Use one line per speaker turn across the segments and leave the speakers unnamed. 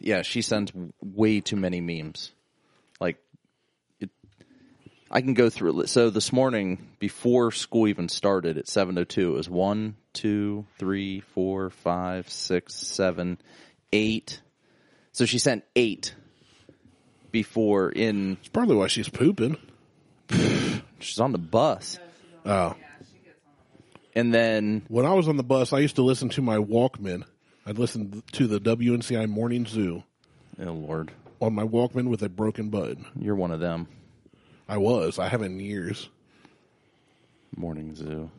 yeah, she sends way too many memes. Like, it, I can go through. a li- So this morning, before school even started at seven o two, it was one, two, three, four, five, six, seven, eight. So she sent eight before in.
It's probably why she's pooping.
She's on the bus,
Oh.
and then
When I was on the bus, I used to listen to my Walkman. I'd listen to the WNCI Morning Zoo
oh Lord,
on my Walkman with a broken bud.
you're one of them.
I was. I haven't in years.
Morning Zoo.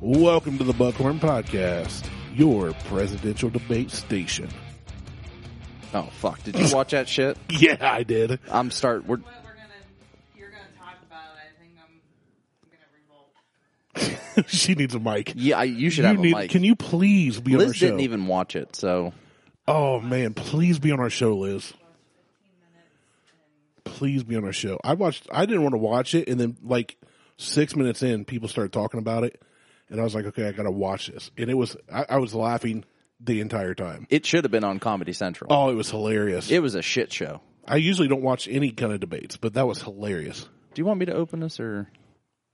Welcome to the Buckhorn Podcast, your presidential debate station.
Oh fuck! Did you watch that shit?
Yeah, I did.
I'm start. We're
What we're gonna, you're gonna talk about it. I think I'm, I'm gonna revolt.
she needs a mic.
yeah. I, you should
You
have
need-
a mic.
Can you please be on our
Liz
show?
didn't even watch it, so
oh man, please be on our show, Liz. Please be on our show. I watched. I didn't want to watch it, and then like six minutes in, people started talking about it, and I was like, okay, I gotta watch this. And it was. I, I was laughing the entire time.
it should have been on Comedy Central.
Oh, it was hilarious.
It was a shit show.
I usually don't watch any kind of debates, but that was hilarious.
Do you want me to open this, or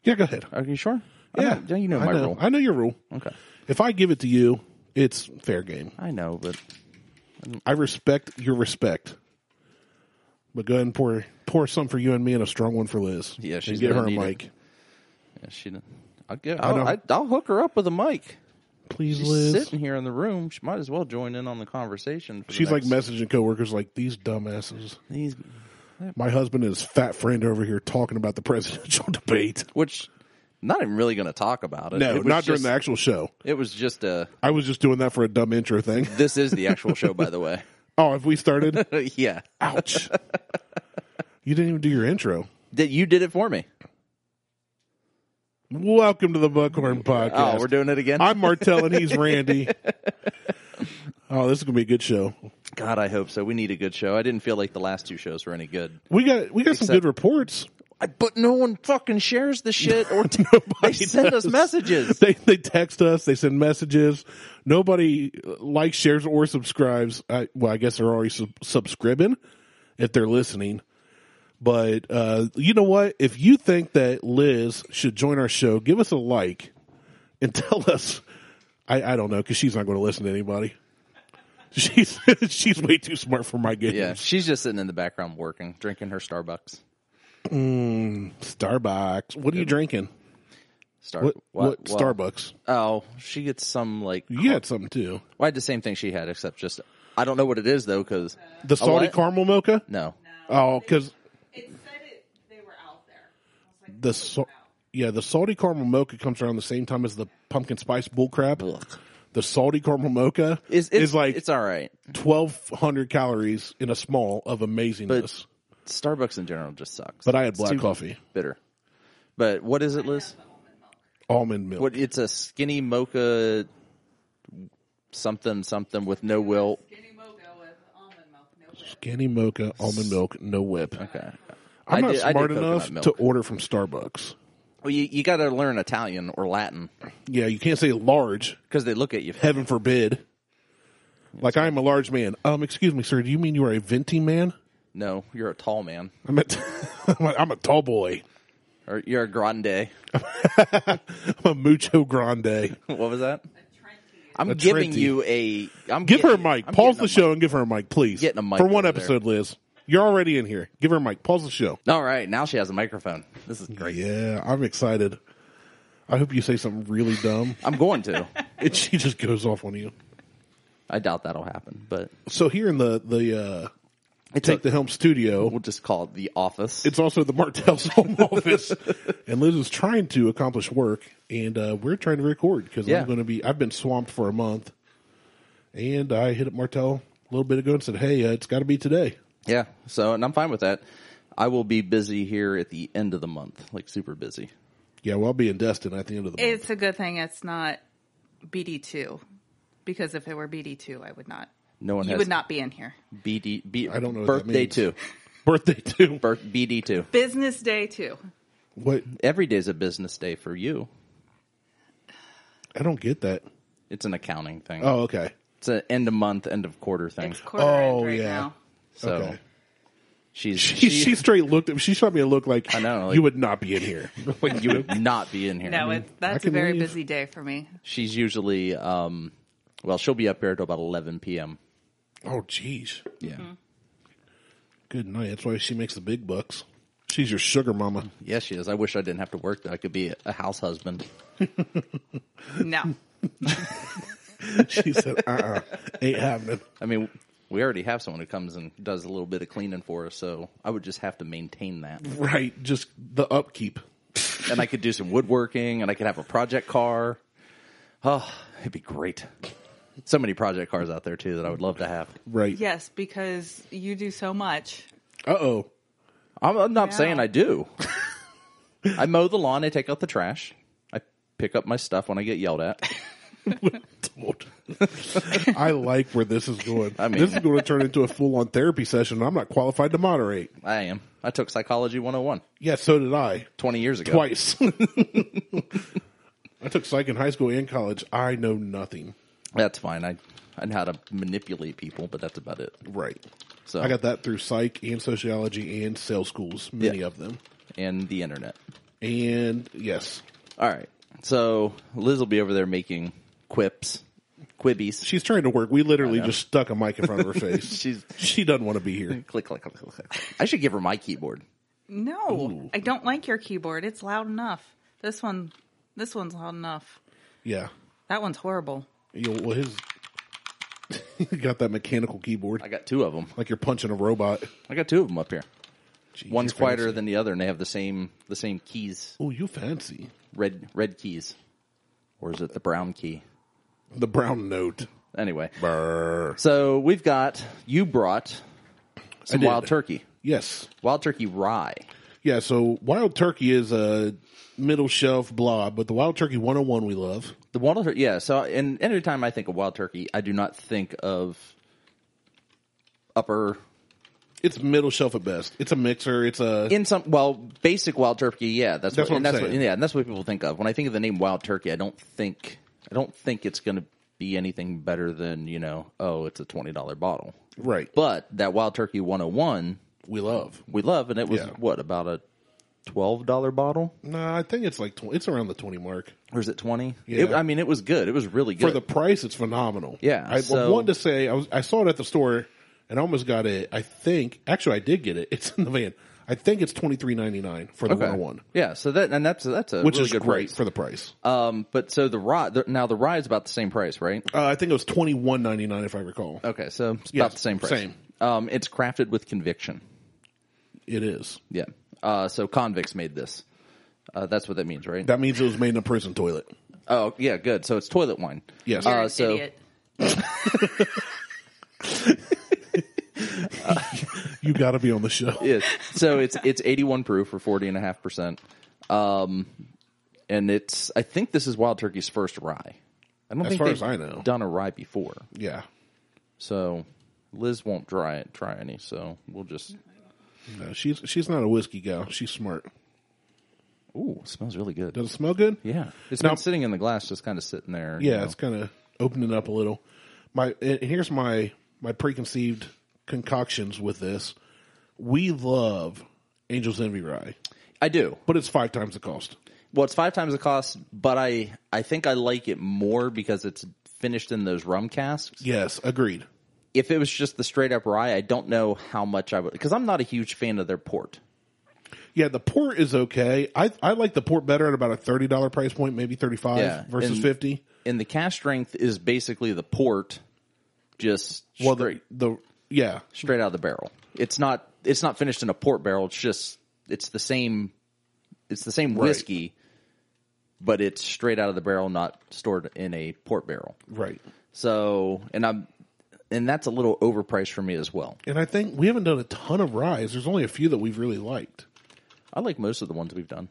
Yeah, go ahead.
are you sure? I
Yeah,
know- yeah, you know
I
my rule.
I know your rule.
okay,
If I give it to you, it's fair game.
I know, but
I respect your respect. But go ahead and pour pour some for you and me, and a strong one for Liz.
Yeah, she's
and get
gonna
her a
need
mic,
yeah, she. didn't- I'll get.
I
I'll,
know.
I I'll hook her up with a mic.
please,
She's
Liz.
sitting here in the room. She might as well join in on the conversation. For the
She's like
next-
messaging coworkers, like these dumbasses.
these,
My husband and his fat friend over here talking about the presidential debate.
which not even really going to talk about it.
No,
It was
not during
just-
the actual show.
It was just a.
I was just doing that for a dumb intro thing.
This is the actual show, by the way.
Oh, have we started?
yeah,
Ouch! you didn't even do your intro.
Did you did it for me?
Welcome to the Buckhorn Podcast.
Oh, we're doing it again.
I'm Martell and he's Randy. oh, this is gonna be a good show.
God, I hope so. We need a good show. I didn't feel like the last two shows were any good.
We got we got some
Except-
good reports.
I, but no one fucking shares the shit or t- they send us messages.
They they text us. They send messages. Nobody uh, likes, shares, or subscribes. I, well, I guess they're already sub- subscribing if they're listening. But uh, you know what? If you think that Liz should join our show, give us a like and tell us. I, I don't know because she's not going to listen to anybody. She's she's way too smart for my game.
Yeah, she's just sitting in the background working, drinking her Starbucks.
Starbucks. What are
Uh,
you drinking?
Star-
What, what,
well,
Starbucks?
Oh, she gets some like.
You had something too.
Well, I had the same thing she had, except just I don't know what it is though, because
The salty
what?
caramel mocha?
no,
Oh, because
It said it. They were out there. I was like,
the sa- yeah, the salty caramel mocha comes around the same time as the pumpkin spice bullcrap. The salty caramel mocha
is it's,
is like
it's all right.
twelve hundred calories in a small of amazingness.
Starbucks in general just sucks.
But I had
It's
black
too
coffee,
bitter. But what is it, Liz?
almond milk.
What? It's a skinny mocha, something something with no wilt.
skinny mocha with almond milk. No whip.
Skinny mocha, almond milk, no whip.
Okay. I
I'm not
did- I did
smart
coconut
enough
milk.
to order from Starbucks.
Well, you, you got to learn Italian or Latin
Yeah, you can't say large.
because they look at you.
Heaven forbid. Like I am a large man. Um, excuse me, sir. Do you mean you are a venti man?
No, you're a tall man
I'm a, I'm a tall boy.
or you're a grande.
I'm a mucho grande.
What was that?
Trenty.
I'm
A
giving
trendy.
you a. I'm
Give her a
getting-
mic.
I'm
Pause
getting
the
a
show and give her a mic, please.
Getting a mic
for one
over there.
episode, Liz. You're already in here. Give her a mic. Pause the show.
mic. All right, now she has a microphone. This is great.
Uh, Yeah, I'm excited. I hope you say something really dumb,
I'm going to.
and she just goes off on you.
I doubt that'll happen, but
So here in the the uh,
it's
Take
a-
the Helm studio,
We'll just call it the office.
it's also the Martell's home office, and Liz is trying to accomplish work, and uh, we're trying to record because
Yeah.
I'm going to be. I've been swamped for a month, and I hit up Martell a little bit ago and said, "Hey, uh, it's got to be today."
yeah. So, and I'm fine with that. I will be busy here at the end of the month, like super busy.
Yeah, well, I'll be in Destin at the end of the month.
It's a good thing it's not BD two, because if it were BD two, I would not.
No one
You
has
would not be in here.
BD, B,
I don't know what that
birthday
means.
two.
Birthday too.
Birth BD two.
Business day too.
What?
Every day's a business day for you.
I don't get that.
It's an accounting thing.
Oh, okay.
It's an end of month, end of quarter thing.
It's quarter
Oh,
end right
yeah.
now.
so
okay.
she's
She, she straight looked at She shot me a look like, I
know, like-
you would not be in here.
you would not be in here.
No, it's that's a
can
very
leave.
busy day for me.
she's usually um, well, she'll be up here till about eleven p.m.
oh, jeez.
Yeah,
Mm-hmm.
Good night. That's why she makes the big bucks. She's your sugar mama.
yeah, she is. I wish I didn't have to work. That I could be a house husband.
No.
She said, uh uh ain't happening.
I mean, we already have someone who comes and does a little bit of cleaning for us, so I would just have to maintain that.
Right. Just the upkeep.
and I could do some woodworking, and I could have a project car. Oh, it'd be great. So many project cars out there too that I would love to have.
Right.
Yes, because you do so much.
Uh oh.
I'm, I'm not
Yeah.
saying I do. I mow the lawn. I take out the trash. I pick up my stuff when I get yelled at.
I like where this is going.
mean-
this is going to turn into a full on therapy session. and I'm not qualified to moderate.
I am. I took psychology 101
Yeah, so did I.
20 years ago.
Twice. I took psych in high school and college. I know nothing.
That's fine. I I know how to manipulate people, but that's about it.
Right.
So
I got that through psych and sociology and sales schools, many
Yeah.
of them.
and the internet.
And yes,
All right. So Liz will be over there making quips, quibbies.
she's trying to work. We literally just stuck a mic in front of her face.
She's-
she doesn't want to be here.
click, click, click, click, click. I should give her my keyboard.
No. I don't like your keyboard. It's loud enough. This one this one's loud enough.
Yeah.
That one's horrible.
You know, well, his you got that mechanical keyboard
I got two of them.
like you're punching a robot.
I got two of them up here.
Gee,
One's
you're
quieter
fancy.
than the other, and they have the same the same keys,
Oh, you fancy
red red keys, or is it the brown key?
the brown note.
Anyway,
Brr.
so we've got you brought some
did.
wild turkey,
Yes.
wild turkey rye.
Yeah, so Wild Turkey is a middle shelf blob, but the Wild Turkey 101 we love.
The wild turkey, yeah. So, and anytime I think of wild turkey, I do not think of upper
It's middle shelf at best. It's a mixer. It's a
in some well basic wild turkey. Yeah, that's,
That's
what,
what
and
I'm
that's what,
saying.
yeah, and that's what people think of when I think of the name wild turkey. I don't think I don't think it's going to be anything better than you know. Oh, it's a twenty dollar bottle.
right.
But that Wild Turkey 101
we love.
we love, and it was
Yeah.
what about a twelve dollar bottle,
Nah, I think it's like tw- it's around the 20 mark.
or is it twenty?
Yeah.
I mean, it was good. It was really
For
good.
the price, it's phenomenal.
Yeah,
I,
so-
wanted to say I, was, I saw it at the store and I almost got it. I think actually I did get it. It's in the van. I think it's twenty three ninety nine for the
Okay.
101,
Yeah, so that and that's that's a
which
really
is
good
great
price.
for the price.
um, but so the rye the, now the rye is about the same price, right?
Uh, I think it was twenty one ninety nine if I recall.
Okay, so it's
Yes,
about the same price.
same.
Um, it's crafted with conviction.
It is.
Yeah. Uh, so convicts made this. Uh, that's what that means, right?
That means it was made in a prison toilet.
oh, yeah, good. So it's toilet wine.
Yes.
You're
Uh,
an
so-
idiot.
you got to be on the show.
Yes. So it's it's 81 proof or 40 and a half percent. Um, and it's I think this is Wild Turkey's first rye. I don't
As
think
far
they've
as I know.
done a rye before.
Yeah.
So Liz won't try it, try any. So we'll just.
No, she's she's not a whiskey gal. She's smart.
Ooh, it smells really good.
Does it smell good?
yeah, it's
Now-
been sitting in the glass, just kind of sitting there. you
Yeah,
know.
it's kind of opening up a little. My and and here's my my preconceived concoctions with this. We love Angel's Envy Rye,
I do.
but it's five times the cost.
Well, it's five times the cost, but I I think I like it more because it's finished in those rum casks.
Yes, agreed.
If it was just the straight up rye, I don't know how much I would because I'm not a huge fan of their port.
Yeah, the port is okay. I I like the port better at about a thirty dollar price point, maybe thirty five
Yeah,
versus
and-
fifty.
and the cash strength is basically the port just
Well,
straight,
the, the yeah,
straight out of the barrel. It's not it's not finished in a port barrel. It's just it's the same it's the same whiskey, but it's straight out of the barrel, not stored in a port barrel.
right.
So and I'm and that's a little overpriced for me as well.
And I think we haven't done a ton of ryes. There's only a few that we've really liked.
I like most of the ones we've done.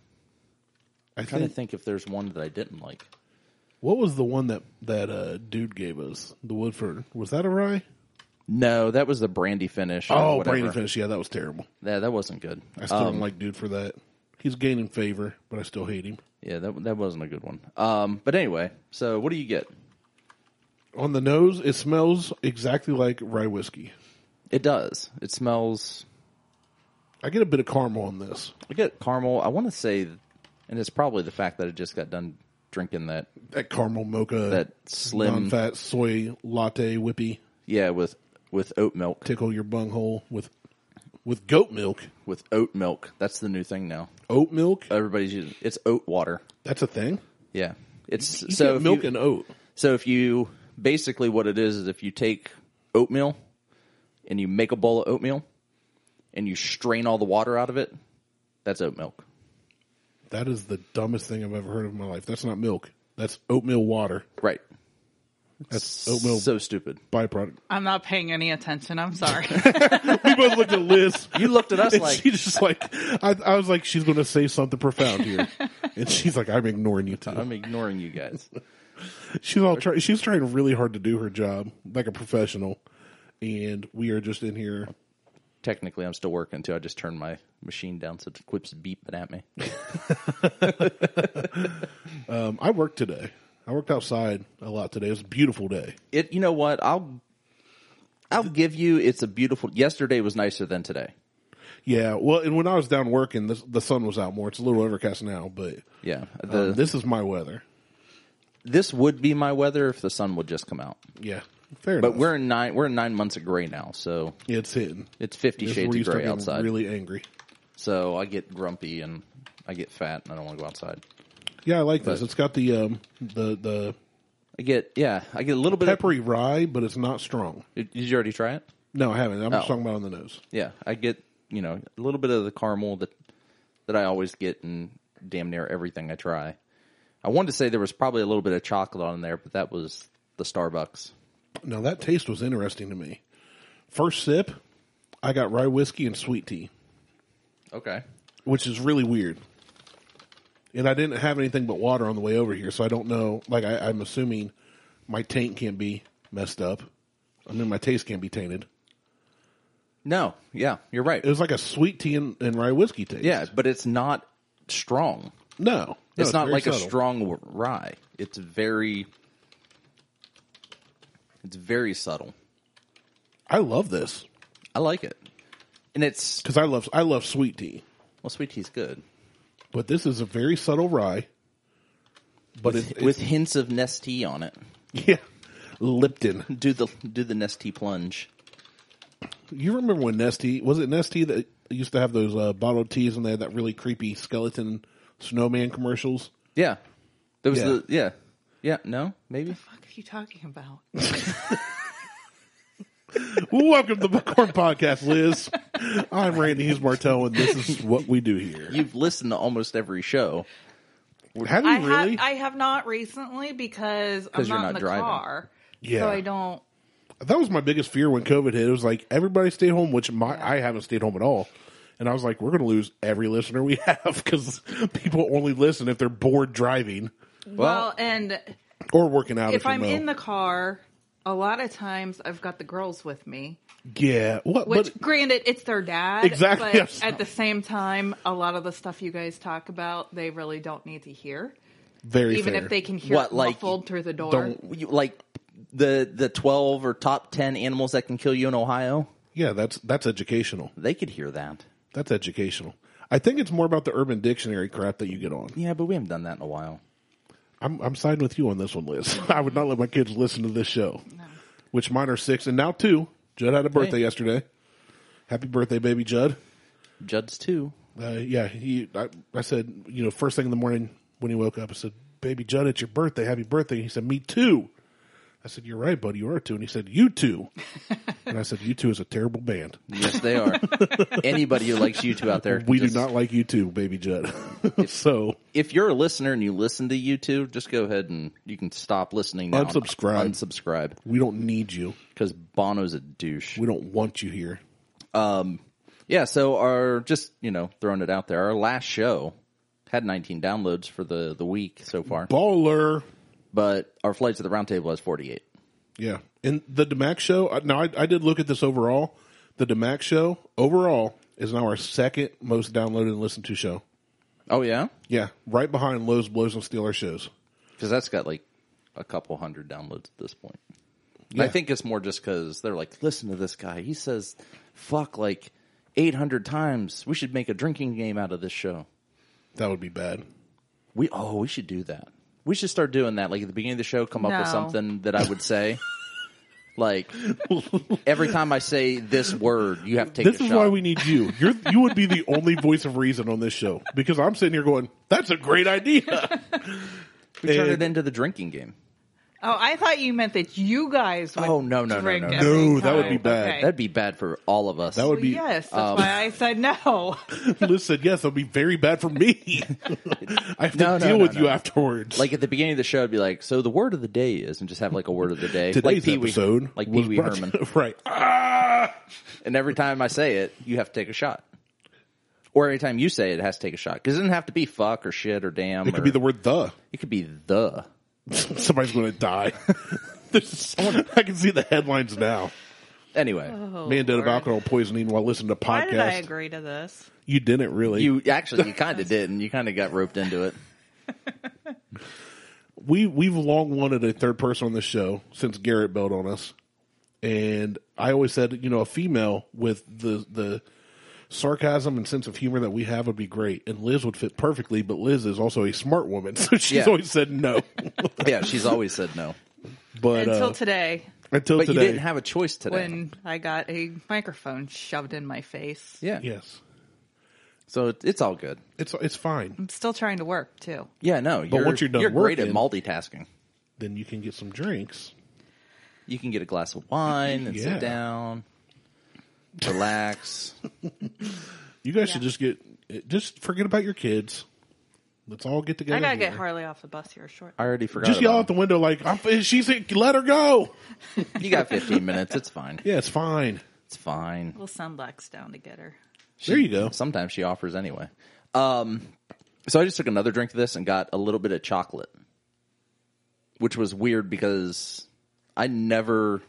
I
trying
think,
to think if there's one that I didn't like.
what was the one that that uh, dude gave us? The Woodford was that a rye?
No, that was the brandy finish. or
Oh,
whatever. Um,
Brady finish. Yeah, that was terrible.
Yeah, that wasn't good.
I still don't like dude for that. He's gaining favor, but I still hate him.
Yeah, that that wasn't a good one. Um, but anyway, so what do you get?
On the nose, it smells exactly like rye whiskey.
It does. It smells.
I get a bit of caramel on this.
I get caramel. I want to say, and it's probably the fact that I just got done drinking that
That caramel mocha,
that slim,
non-fat soy latte whippy
yeah, with with oat milk,
tickle your bunghole with with goat milk,
with oat milk. That's the new thing now.
oat milk.
Everybody's using it's oat water.
That's a thing.
Yeah, it's
You
so
get
if
milk
you-
and oat.
So if you basically what it is is if you take oatmeal and you make a bowl of oatmeal and you strain all the water out of it, that's oat milk.
That is the dumbest thing I've ever heard of in my life. That's not milk. That's oatmeal water.
Right.
That's oatmeal
So stupid.
byproduct.
I'm not paying any attention. I'm sorry.
We both looked at Liz.
You looked at us
And
like
she's just like, I, I was like, she's going to say something profound here, and she's like, I'm ignoring you too.
I'm ignoring you guys.
She's all try- she's trying really hard to do her job like a professional, and we are just in here.
Technically, I'm still working too. I just turned my machine down so it quips beeping at me.
Um, I worked today. I worked outside a lot today. It was a beautiful day.
It. You know what? I'll. I'll give you. It's a beautiful. Yesterday was nicer than today.
Yeah, well, and when I was down working, the, the sun was out more. It's a little overcast now, but
Yeah. The,
um, this is my weather.
this would be my weather if the sun would just come out.
Yeah, fair
But
enough.
we're in nine. We're in nine months of gray now. So
it's hitting.
It's 50
This is
shades
where you
of
start
gray
getting
outside.
Really angry.
So I get grumpy and I get fat and I don't want to go outside.
Yeah, I like this. It's got the um the the
I get, yeah, I get a little bit
peppery rye, but it's not strong.
of. Did you already try it?
No, I haven't. I'm
Oh.
just talking about on the nose.
Yeah, I get, you know, a little bit of the caramel that that I always get in damn near everything I try. I wanted to say there was probably a little bit of chocolate on there, but that was the Starbucks.
Now that taste was interesting to me. First sip, I got rye whiskey and sweet tea,
Okay.
which is really weird. And I didn't have anything but water on the way over here, so I don't know. Like I, I'm assuming my taint can't be messed up. I mean, my taste can't be tainted.
No, yeah, you're right.
It was like a sweet tea and, and rye whiskey taste.
Yeah, but it's not strong.
no, No,
It's, not
very
like a
subtle.
strong rye. It's very, it's very subtle.
I love this
I like it, and it's
because I love I love sweet tea,
well, sweet tea's good
but this is a very subtle rye. But it's,
with hints of nesty on it.
it's yeah, Lipton.
Do the do the nesty plunge?
You remember when Nesty was it Nesty that used to have those uh, bottled teas and they had that really creepy skeleton snowman commercials?
Yeah, there was
Yeah.
the yeah yeah no maybe
fuck are you talking about?
Welcome to the Corn Podcast, Liz. I'm Randy Hughes Martel, and this is what we do here.
you've listened to almost every show.
Have you
I
really?
have I have not recently because I'm
'Cause
not,
you're
in
not
the
driving.
car.
Yeah.
So I don't
that was my biggest fear when COVID hit. It was like everybody stay home, which my I haven't stayed home at all. And I was like, we're going to lose every listener we have because people only listen if they're bored driving
well and
or working out.
if
you
I'm
will.
in the car, a lot of times I've got the girls with me.
yeah, what?
Which
But
granted it's their dad.
Exactly,
But
yes.
at the same time, a lot of the stuff you guys talk about they really don't need to hear.
very
Even
fair.
if they can hear
What,
it
like,
muffled through the door.
don't-
You- like the the twelve or top ten animals that can kill you in Ohio.
yeah, that's that's educational.
They could hear that.
That's educational. I think it's more about the Urban Dictionary crap that you get on.
Yeah, but we haven't done that in a while.
I'm, I'm siding with you on this one, Liz. I would not let my kids listen to this show, which mine are six and now two. Judd had a birthday
Hey.
yesterday. Happy birthday, baby Judd.
Judd's too.
Uh, yeah, he. I, I said, you know, first thing in the morning when he woke up, I said, "Baby Judd, it's your birthday. Happy birthday." He said, "Me too." I said, "You're right, buddy. You are too." And he said, "You too." and I said, "You too is a terrible band.
Yes, they are. Anybody who likes you two out there,
We
just-
do not like you too, baby Judd." so
If you're a listener and you listen to you two, just go ahead and you can stop listening. Now.
Unsubscribe.
Unsubscribe
we don't need you.
because Bono's a douche.
We don't want you here.
Yeah. So our just you know throwing it out there. Our last show had 19 downloads for the the week so far,
Baller.
but our flights of the roundtable has 48.
Yeah. And the DeMac show, I- now I, I did look at this overall. The DeMac show overall is now our second most downloaded and listened to show.
Oh yeah,
Yeah. Right behind Lowe's Blows and Steelers shows.
because that's got like a couple hundred downloads at this point. And I
Yeah.
think it's more just because they're like, listen to this guy. He says, "Fuck," like eight hundred times. We should make a drinking game out of this show.
That would be bad.
We oh, we should do that. We should start doing that. Like at the beginning of the show, come up with
No.
something that I would say. like every time I say this word, you have to take
This
a
is
shot.
why we need you. You're you would be the only voice of reason on this show because I'm sitting here going, "That's a great idea."
We turn it
and-
into the drinking game.
Oh, I thought you meant that you guys would.
Oh, no, no, no,
drink
no, no.
every
No, that would be
time.
bad.
Okay.
That'd be bad for all of us.
That would
Well,
be um,
yes, that's why I said no.
Liz said, "Yes, that'll be very bad for me. I have to
No, no,
deal
no,
with
no.
you afterwards."
like at the beginning of the show, I'd be like, "So the word of the day is," and just have like a word of the day, like
today's
Pee Wee,
episode,
like
was
Pee Wee
brought-
Herman.
right? Ah!
And every time I say it, you have to take a shot. Or every time you say it, it has to take a shot. Because it doesn't have to be fuck or shit or damn.
It could be the word "the."
It could be the.
Somebody's going to die. There's- I can see the headlines now.
Anyway,
Man dead of
Lord.
alcohol poisoning while listening to
Why did I
podcast.
agree to this?
you didn't really.
you actually you kind of did, and you kind of got roped into it.
we we've long wanted a third person on this show since Garrett bailed on us, and I always said, you know, a female with the the sarcasm and sense of humor that we have would be great, and Liz would fit perfectly. But Liz is also a smart woman, so she's
Yeah.
always said no.
Yeah, she's always said no.
but
Until
uh,
today,
until
But
today,
you didn't have a choice today.
when I got a microphone shoved in my face.
yeah.
yes,
So it, it's all good.
it's it's fine.
I'm still trying to work too.
Yeah, no. But
once you're done
you're great at
working-
multitasking.
Then you can get some drinks.
You can get a glass of wine and
Yeah.
sit down, relax.
You guys should just get just forget about your kids. Let's all get together.
I gotta get
here.
Harley off the bus here short.
I already forgot.
Just yell
about
out the window like I'm, she's let her go.
it. You got 15 minutes. It's fine.
Yeah, it's fine.
It's fine.
We'll send Lex down to get her.
there you go.
Sometimes she offers anyway. Um, so I just took another drink of this and got a little bit of chocolate, which was weird because I never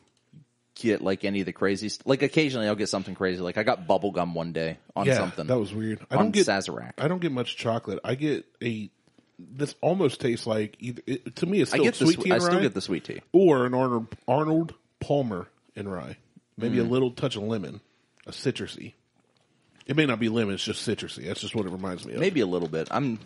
get like any of the crazy. St- like occasionally I'll get something crazy. Like I got bubble gum one day on something.
That was weird. I
on
don't get
Sazerac.
I don't get much chocolate. I get a this almost tastes like either it, to me it's
I
still
get the
sweet
sweet.
tea
I
and
still
rye
get the sweet tea.
or an Arnold Arnold Palmer and rye. Maybe
Mm.
a little touch of lemon, a citrusy. It may not be lemon, it's just citrusy. That's just what it reminds me of.
Maybe a little bit. I'm.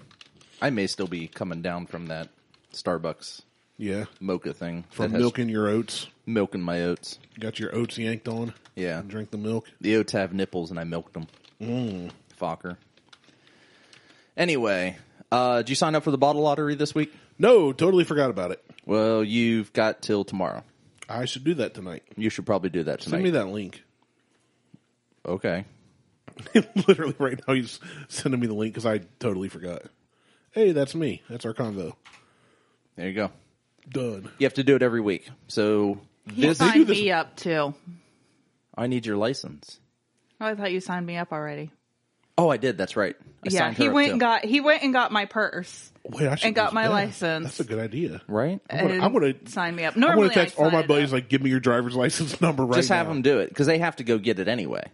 I may still be coming down from that Starbucks
Yeah.
mocha thing
From
that has
milking your oats.
milk in my oats.
Got your oats yanked on.
Yeah.
And drink the milk.
The oats have nipples, and I milked them.
Mm.
Fokker. Anyway, uh, did you sign up for the bottle lottery this week?
No, totally forgot about it.
Well, you've got till tomorrow.
I should do that tonight.
You should probably do that tonight.
Send me that link.
Okay.
literally right now he's sending me the link because I totally forgot. Hey, that's me. That's our convo.
There you go.
Done.
You have to do it every week. So
You
this,
signed
this-
me up too.
I need your license.
Oh, I thought you signed me up already.
Oh, I did. That's right. I
yeah,
signed
he
her up,
went
too.
and got he went and got my purse.
Wait, I should
And got
do
my
that.
license.
That's a good idea.
right.
gonna-
and
I'm gonna-
sign me up.
I want
Normally,
to text all
sign
my
it
buddies
up.
like, give me your driver's license number right
Just have
now.
them do it because they have to go get it anyway.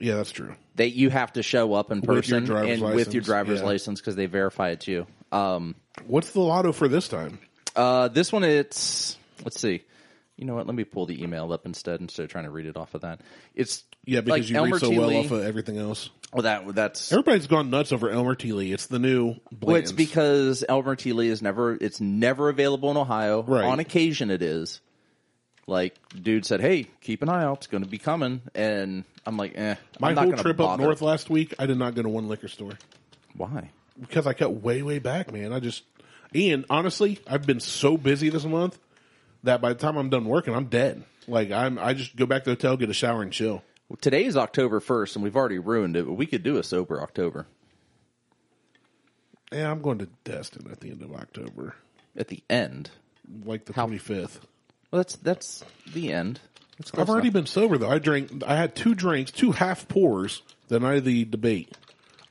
Yeah, that's true.
They you have to show up in
With your
person
driver's
and with your
license,
driver's
yeah.
license because they verify it's you. Um,
What's the lotto for this time?
Uh, this one, it's let's see. You know what? Let me pull the email up instead instead of trying to read it off of that. It's
Yeah, because
like
you
Elmer
read so
T.
well
Lee-
off of everything else.
well, that that's
Everybody's gone nuts over Elmer T. Lee. It's the new.
well, it's
Bland's.
because Elmer T. Lee is never it's never available in Ohio.
Right.
On occasion, it is. Like, dude said, "Hey, keep an eye out. It's going to be coming." And I'm like, "Eh."
my
I'm not
whole
gonna
trip up
bother.
north last week, I did not go to one liquor store
Why?
because I cut way way back, man. I just and honestly, I've been so busy this month that by the time I'm done working, I'm dead. Like I'm, I just go back to the hotel, get a shower, and chill.
Well, today is October first, and we've already ruined it. But we could do a sober October
Yeah, I'm going to Destin at the end of October,
at the end.
like the twenty fifth.
Well, that's that's the end. That's close
I've already been sober though. I drank. I had two drinks, two half pours the night of the debate.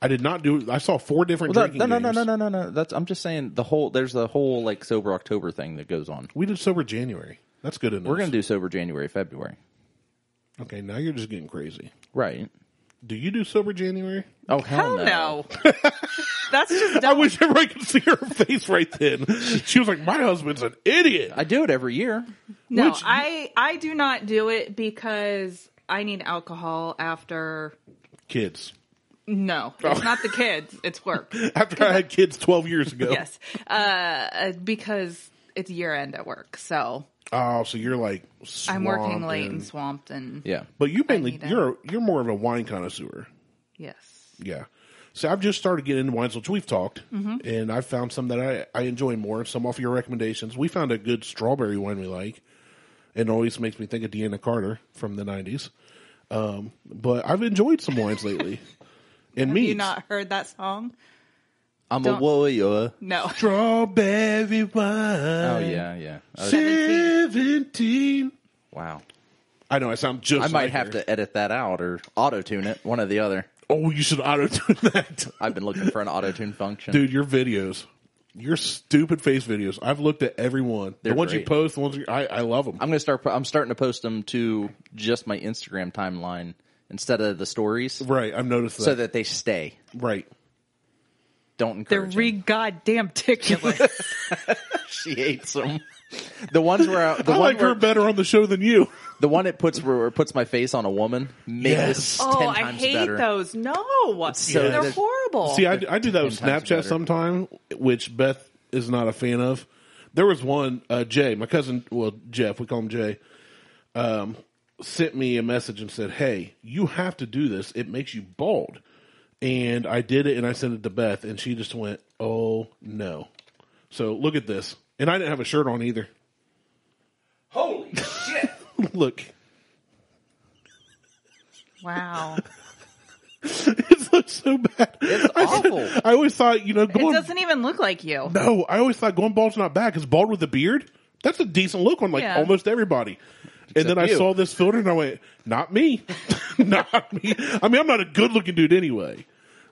I did not do. I saw four different
Well,
drinking
no, no, no,
games.
no, no, no, no. That's I'm just saying the whole there's a whole like sober October thing that goes on.
We did sober January. That's good enough.
We're going to do sober January, February.
Okay, now you're just getting crazy.
Right.
Do you do sober January?
Oh, hell,
Hell
no.
no. That's just
I
dumb.
wish everybody could see her face right then. She was like, "My husband's an idiot."
I do it every year.
no.
which-
I I do not do it because I need alcohol after.
Kids.
No, it's not the kids. It's work.
After I had kids twelve years ago.
yes, uh, uh, because it's year end at work, so
Oh, so you're like
I'm working
swamped
late
and-
and swamped, and
Yeah.
But you mainly
need that.
you're you're more of a wine connoisseur.
yes,
Yeah. So I've just started getting into wines, which we've talked,
Mm-hmm.
and I found some that I, I enjoy more. Some off your recommendations. We found a good strawberry wine we like, and always makes me think of Deanna Carter from the '90s. Um, but I've enjoyed some wines lately, and
Have
me
you not heard that song?
I'm
Don't-
a warrior.
No,
strawberry wine.
Oh, yeah, yeah. Oh,
seventeen.
wow.
I know I sound just.
I might
like
have
her.
to edit that out or auto tune it, one or the other.
Oh, you should auto tune that.
I've been looking for an auto tune function.
dude your videos your stupid face videos i've looked at every one the
They're
ones you
great.
post the ones you, I, I love them
I'm gonna start. I'm starting to post them to just my Instagram timeline instead of the stories,
right i've noticed that
so that they stay.
right
Don't
they're
encourage.
re goddamn ticulous.
them. She hates them. The ones where I, the
i
one
like
where,
her better on the show than you
the one it puts where it puts my face on a woman make
Yes.
this
oh,
ten
I
times
hate
better.
those. No,
so
they're
good.
horrible.
see I, I do that with
Ten times
snapchat
better.
sometime which beth is not a fan of there was one uh jay my cousin well jeff we call him jay um sent me a message and said hey you have to do this it makes you bald and i did it and i sent it to beth and she just went oh no so look at this and i didn't have a shirt on either
Holy shit!
Look,
wow,
it looks so bad.
It's awful.
I always thought, you know,
it
going
doesn't even look like you.
no, Oh, I always thought going bald's not bad because bald with a beard, that's a decent look on like
Yeah.
almost everybody. and then I
you.
saw this filter and I went, not me, not me. I mean, I'm not a good looking dude anyway,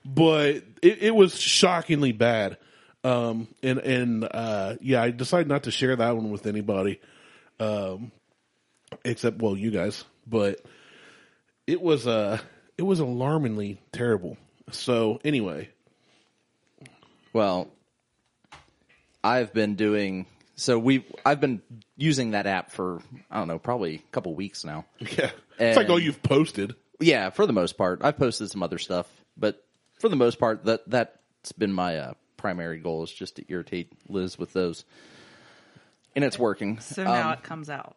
but it, it was shockingly bad. Um, and and uh, yeah, I decided not to share that one with anybody, um, except well, you guys. But it was uh, it was alarmingly terrible. So anyway,
Well, I've been doing so. We I've been using that app for I don't know, probably a couple weeks now.
yeah, it's like
And-
all you've posted.
yeah, for the most part, I've posted some other stuff, but for the most part, that that's been my uh, primary goal is just to irritate Liz with those, and it's working. Um,
So now it comes out.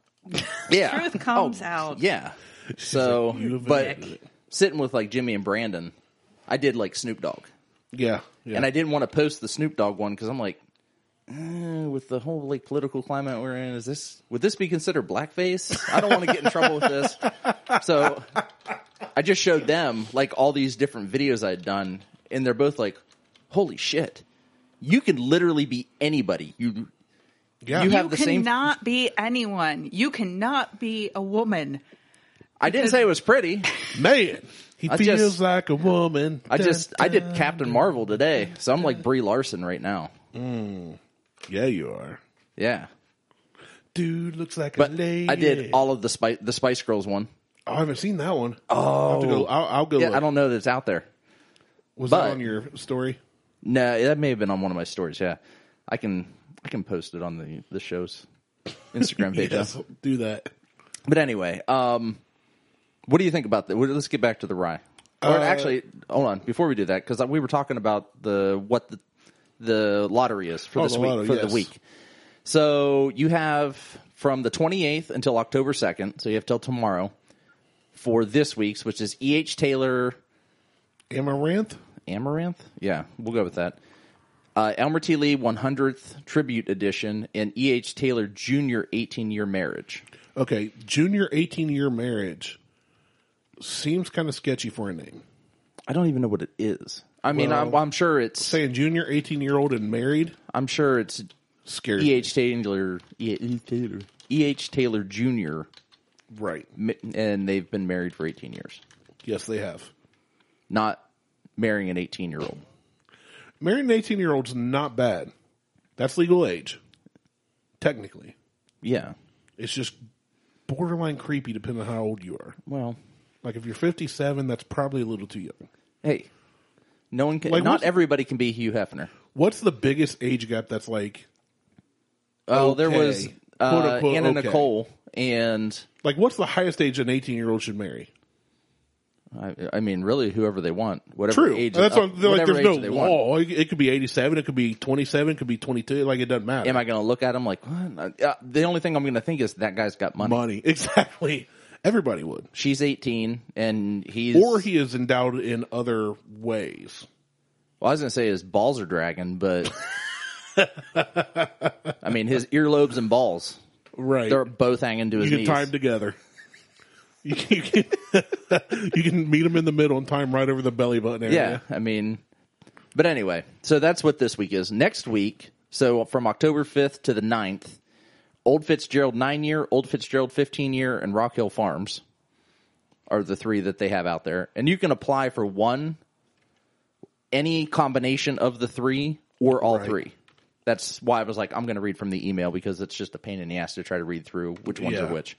yeah, Oh,
truth comes out.
Yeah. So,
"You have
but
been dick."
sitting with like Jimmy and Brandon, I did like Snoop Dogg,
Yeah, yeah.
and I didn't want to post the Snoop Dogg one because I'm like. eh, with the whole like political climate we're in, is this would this be considered blackface? I don't want to get in trouble with this. So I just showed them like all these different videos I'd done, and they're both like, "Holy shit! You can literally be anybody. You
yeah.
you have-
You
the same-
cannot be anyone. You cannot be a woman.
I didn't say it was pretty.
man. He
I
feels
just-
like a woman.
I just I did Captain Marvel today, so I'm like Brie Larson right now.
Yeah, you are.
Yeah,
Dude looks like
but
a lady.
I did all of the Spice the Spice Girls one.
Oh, I haven't seen that one. Oh, I'll, have to go, I'll, I'll go.
Yeah,
look.
I don't know that it's out there.
Was
but-
that on your story?
No, that may have been on one of my stories. Yeah, I can I can post it on the the show's Instagram page.
Yes, do that.
But anyway, um, what do you think about that? Let's get back to the rye. Or
Uh,
actually, hold on before we do that because we were talking about the what the the lottery is for
Oh,
this
the
week
lottery,
for
yes.
the week. So you have from the 28th until October 2nd. So you have till tomorrow for this week's, which is E. H. Taylor
Amaranth.
Amaranth. Yeah, we'll go with that. Uh, Elmer T. Lee 100th Tribute Edition and E. H. Taylor Jr. 18 Year Marriage.
Okay, junior eighteen year marriage seems kind of sketchy for a name.
I don't even know what it is. I mean,
Well,
I'm, I'm sure it's
Saying junior eighteen year old and married
I'm sure it's
scares
E.
me.
H. Taylor E. H. Taylor E. H. Taylor Jr.
Right.
mi- and they've been married for 18 years.
Yes, they have.
Not marrying an 18 year old.
Marrying an eighteen year old's not bad. That's legal age, technically.
Yeah,
It's just borderline creepy, depending on how old you are.
Well,
Like if you're 57, that's probably a little too young.
hey, no one can.
Like,
not
what's-
everybody can be Hugh Hefner.
What's the biggest age gap that's like
Oh, there was
Okay.
uh,
Quote, unquote,
Anna
okay.
Nicole, and
like what's the highest age an 18 year old should marry?
I, I mean, really, whoever they want, whatever
True.
age.
that's
uh,
what, like
whatever
there's no
age they want.
law. It could be 87, it could be 27, it could be 22, like it doesn't matter.
Am I going to look at him like what? Uh, the only thing I'm going to think is that guy's got money.
money. Exactly. Everybody would.
She's 18, and he's.
Or he is endowed in other ways.
Well, I was going to say his balls are dragging, but I mean his earlobes and balls.
Right.
They're both hanging to his
you can
knees.
time together. You can, you can, you can meet them in the middle and time right over the belly button
yeah,
area.
I mean, but anyway, so that's what this week is. Next week, so from October 5th to the 9th, Old Fitzgerald 9 year, Old Fitzgerald 15 year, and Rock Hill Farms are the three that they have out there. And you can apply for one, any combination of the three, or all
Right.
three. That's why I was like, I'm going to read from the email because it's just a pain in the ass to try to read through which ones
Yeah.
are which.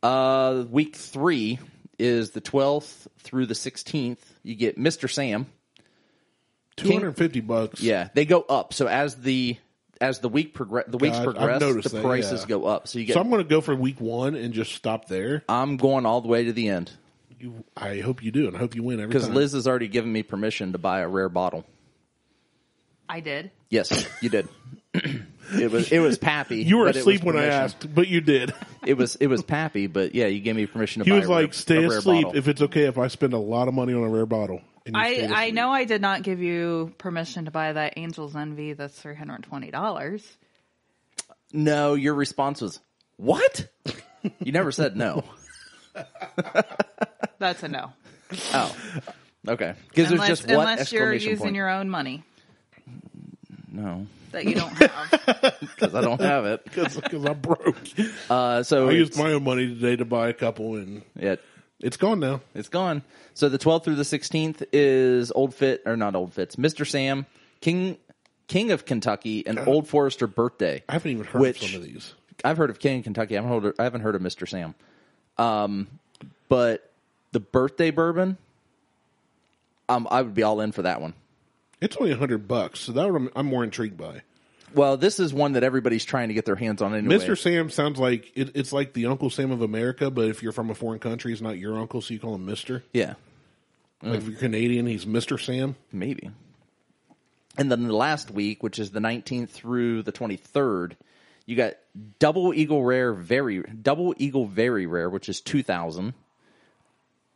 Uh, week three is the 12th through the 16th. You get Mr. Sam.
250 bucks.
Yeah, they go up. So as the as the week progress, the weeks
God, I've
progress,
noticed
the
that,
prices
yeah.
go up. So you get.
So
I'm,
I'm going to go for week one and just stop there.
going all the way to the end
You, I hope you do, and I hope you win every
because
time.
Liz has already given me permission to buy a rare bottle.
I did.
Yes, you did. it was it was Pappy.
you were
but it
asleep
was
when I
permission.
asked, but you did.
It was it was Pappy, but yeah, you gave me permission to
He
buy.
was
a rare-
like, "Stay
a rare
asleep
bottle."
if it's okay if I spend a lot of money on a rare bottle." And you
I,
stayed
I
asleep.
know I did not give you permission to buy that Angel's Envy that's three hundred and twenty dollars.
no, your response was what? you never said no.
That's a no.
Oh, okay. Because it was
Unless
just what
unless you're
exclamation
using
point?
your own money
no,
that you don't have.
because I don't have it.
because I'm broke.
Uh, so
I
it's-
used my own money today to buy a couple, and
it,
it's gone now.
It's gone. So the 12th through the 16th is Old Fit or not Old Fits, Mr. Sam, King King of Kentucky, and Old Forester birthday.
I haven't even heard
Which-
of some of these.
I've heard of King of Kentucky. I haven't heard of, I haven't heard of Mr. Sam. Um, but the birthday bourbon, um, I would be all in for that one.
It's only hundred bucks, so that one I'm, I'm more intrigued by.
Well, this is one that everybody's trying to get their hands on anyway.
Mr. Sam sounds like it, it's like the Uncle Sam of America, but if you're from a foreign country, he's not your uncle, so you call him Mister.
Yeah,
Like if you're Canadian, he's Mister Sam.
maybe. And then the last week, which is the 19th through the 23rd, you got double eagle rare, very double eagle very rare, which is 2000.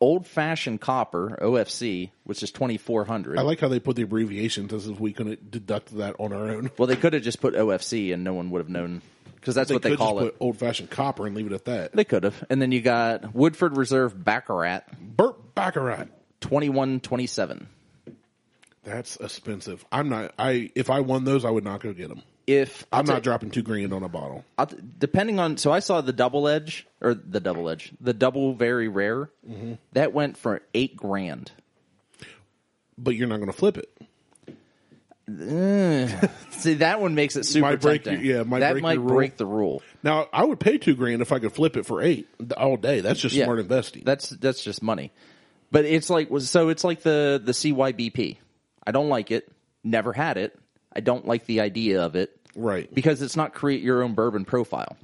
Old fashioned copper OFC, which is 2400.
I like how they put the abbreviations as if we couldn't deduct that on our own.
well, they could have just put OFC and no one would have known because that's what they
could
call
just
it.
put old fashioned copper and leave it at that.
They could have. And then you got Woodford Reserve Baccarat,
Burt Baccarat.
2127.
That's expensive. I'm not. I if I won those, I would not go get them.
If
I'm not dropping two grand on a bottle.
I'll t- depending on so I saw the double edge or the double edge, the double very rare
Mm-hmm.
that went for eight grand.
But you're not going to flip it.
See, that one makes it super
Might break
tempting.
your- yeah, might
that
break
might
your rule.
break the rule.
Now I would pay two grand if I could flip it for eight all day. That's just
Yeah.
smart investing.
That's that's just money. But it's like was- so it's like the the CYBP. I don't like it. Never had it. I don't like the idea of it
right.
because it's not create your own bourbon profile.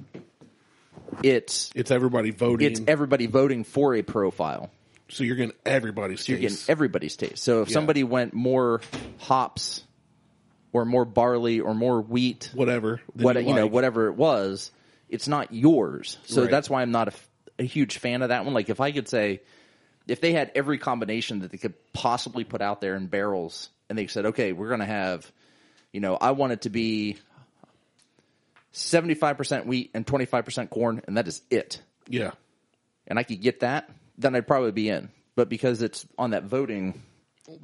It's
It's everybody voting.
it's everybody voting for a profile.
so you're getting everybody's
you're getting
taste.
everybody's taste. So if somebody went more hops or more barley or more wheat,
whatever. that
what you know,
like.
whatever it was, it's not yours. So
Right.
that's why I'm not a, f- a huge fan of that one. Like if I could say, if they had every combination that they could possibly put out there in barrels, and they said, okay, we're going to have, you know, I want it to be seventy five percent wheat and twenty five percent corn, and that is it
Yeah.
and I could get that, then I'd probably be in. But because it's on that voting,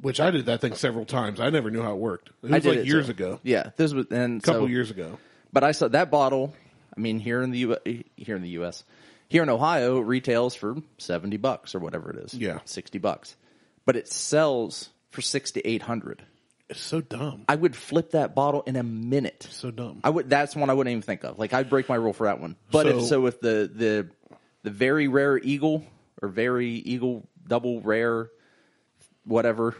Which I did that thing several times. I never knew how it worked. It was
I did
like
it,
years
so-
ago.
Yeah, this was and
A couple years ago.
But I saw that bottle. I mean, here in the U- here in the U.S., here in Ohio, it retails for seventy bucks or whatever it is.
Yeah.
sixty bucks. But it sells for six to eight hundred.
It's so dumb.
I would flip that bottle in a minute.
So dumb.
I would. That's one I wouldn't even think of. Like I'd break my rule for that one. But if
So-
so, if the the the very rare eagle or very eagle double rare, whatever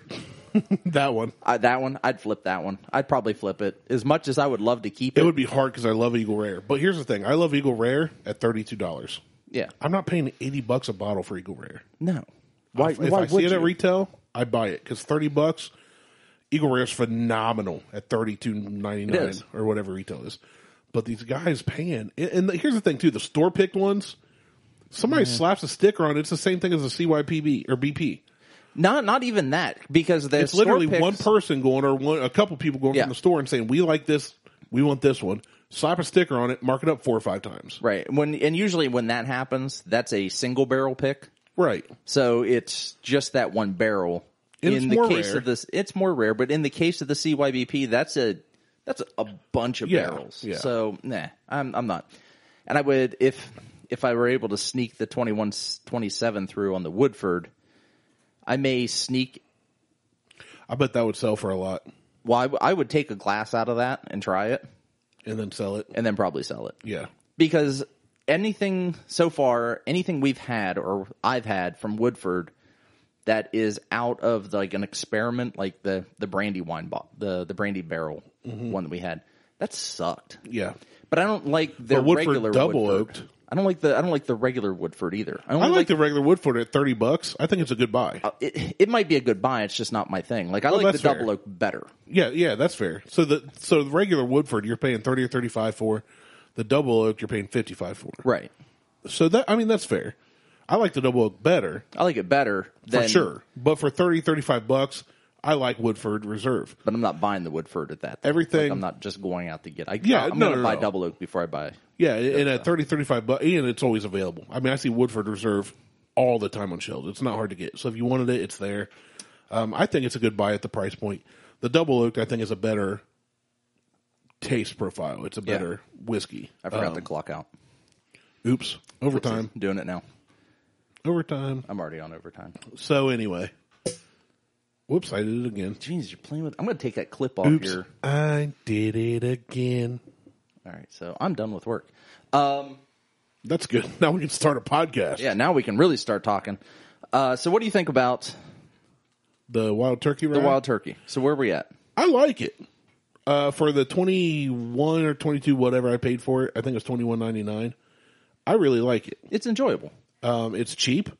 that one.
I, that one, I'd flip that one. I'd probably flip it. As much as I would love to keep it,
It would be hard because I love Eagle Rare. But here's the thing: I love Eagle Rare at thirty two dollars.
yeah,
I'm not paying eighty bucks a bottle for Eagle Rare.
no. Why?
if
why
I see
would
it at
you?
retail, I buy it because thirty bucks. Eagle Rare is phenomenal at thirty two ninety
It
nine
is.
or whatever retail is. But these guys paying, and- and here's the thing too: the store picked ones. Somebody
Mm-hmm.
slaps a sticker on it. It's the same thing as a CYPB or BP.
Not not even that because the
It's literally
store picks-
one person going or one a couple people going
Yeah.
from the store and saying, "We like this, we want this one." Slap a sticker on it, mark it up four or five times.
right when and usually when that happens, that's a single barrel pick.
Right.
So it's just that one barrel.
And
in
it's
the
more
case
rare.
of this, it's more rare. But in the case of the CYBP, that's a that's a bunch of
Yeah,
barrels.
yeah.
So nah, I'm I'm not. And I would if if I were able to sneak the 21 27 through on the Woodford, I may sneak.
I bet that would sell for a lot
Well, I, w- I would take a glass out of that and try it,
and then sell it.
and then probably sell it.
Yeah.
because anything so far, anything we've had or I've had from Woodford that is out of like an experiment, like the the brandy wine bo- the the brandy barrel
Mm-hmm.
one that we had, that sucked.
Yeah.
But I don't like the
But Woodford
regular
double
Woodford.
oaked.
I don't like the I don't like the regular Woodford either. I, only
I like,
like, Uh,
the regular Woodford at thirty bucks. I think it's a good buy.
it. It might be a good buy. It's just not my thing. Like I like the
that's fair.
double oak better.
yeah, yeah, that's fair. So the so the regular Woodford you're paying thirty or thirty five for. The double oak you're paying fifty five for.
Right.
So that I mean that's fair. I like the double oak better
I like it better
for
than
sure, but for 30 35 bucks, I like Woodford Reserve.
But I'm not buying the Woodford at that.
Everything-
Like, I'm not just going out to get. I,
Yeah,
yeah, I'm
no,
going to
no,
buy
no.
double oak before I buy.
Yeah, and
uh,
at 30, 35 bucks, and it's always available. I mean, I see Woodford Reserve all the time on shelves. It's not hard to get. So if you wanted it, it's there. Um, I think it's a good buy at the price point. The double oaked, I think, is a better taste profile. It's a better whiskey.
I forgot
Um,
to clock out.
oops, overtime,
I'm doing it now.
overtime.
I'm already on overtime.
So anyway, whoops, I did it again.
Jeez, you're playing with. I'm going to take that clip off
Oops,
here.
I did it again.
All right, so I'm done with work. Um,
That's good. Now we can start a podcast.
yeah, now we can really start talking. Uh, so what do you think about
The wild turkey.
the wild turkey? So where are we at?
I like it. Uh, for the twenty one or twenty two, whatever I paid for it, I think it was twenty one ninety nine. I really like it.
It's enjoyable.
Um, it's cheap,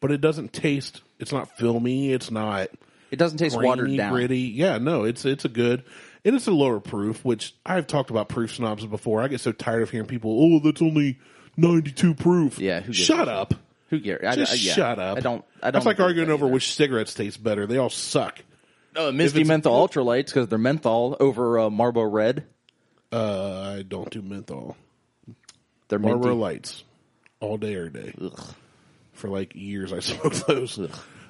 but it doesn't taste. It's not filmy. It's not
It doesn't taste watered
grainy,
down.
gritty. Yeah, no, it's it's a good, and it's a lower proof. Which I've talked about proof snobs before. I get so tired of hearing people. Oh, that's only ninety two proof.
Yeah, who gives
shut
a
up.
Who cares? I-
Just
I- yeah.
shut up.
I don't. I don't.
That's like
agree with
arguing
that
over
either.
which cigarettes taste better. They all suck.
Uh, Misty
it's-
Menthol Ultralights because they're menthol over uh, Marlboro Red.
Uh, I don't do menthol.
They're minty.
Marlboro Lights all day every day. For like years, I smoked those.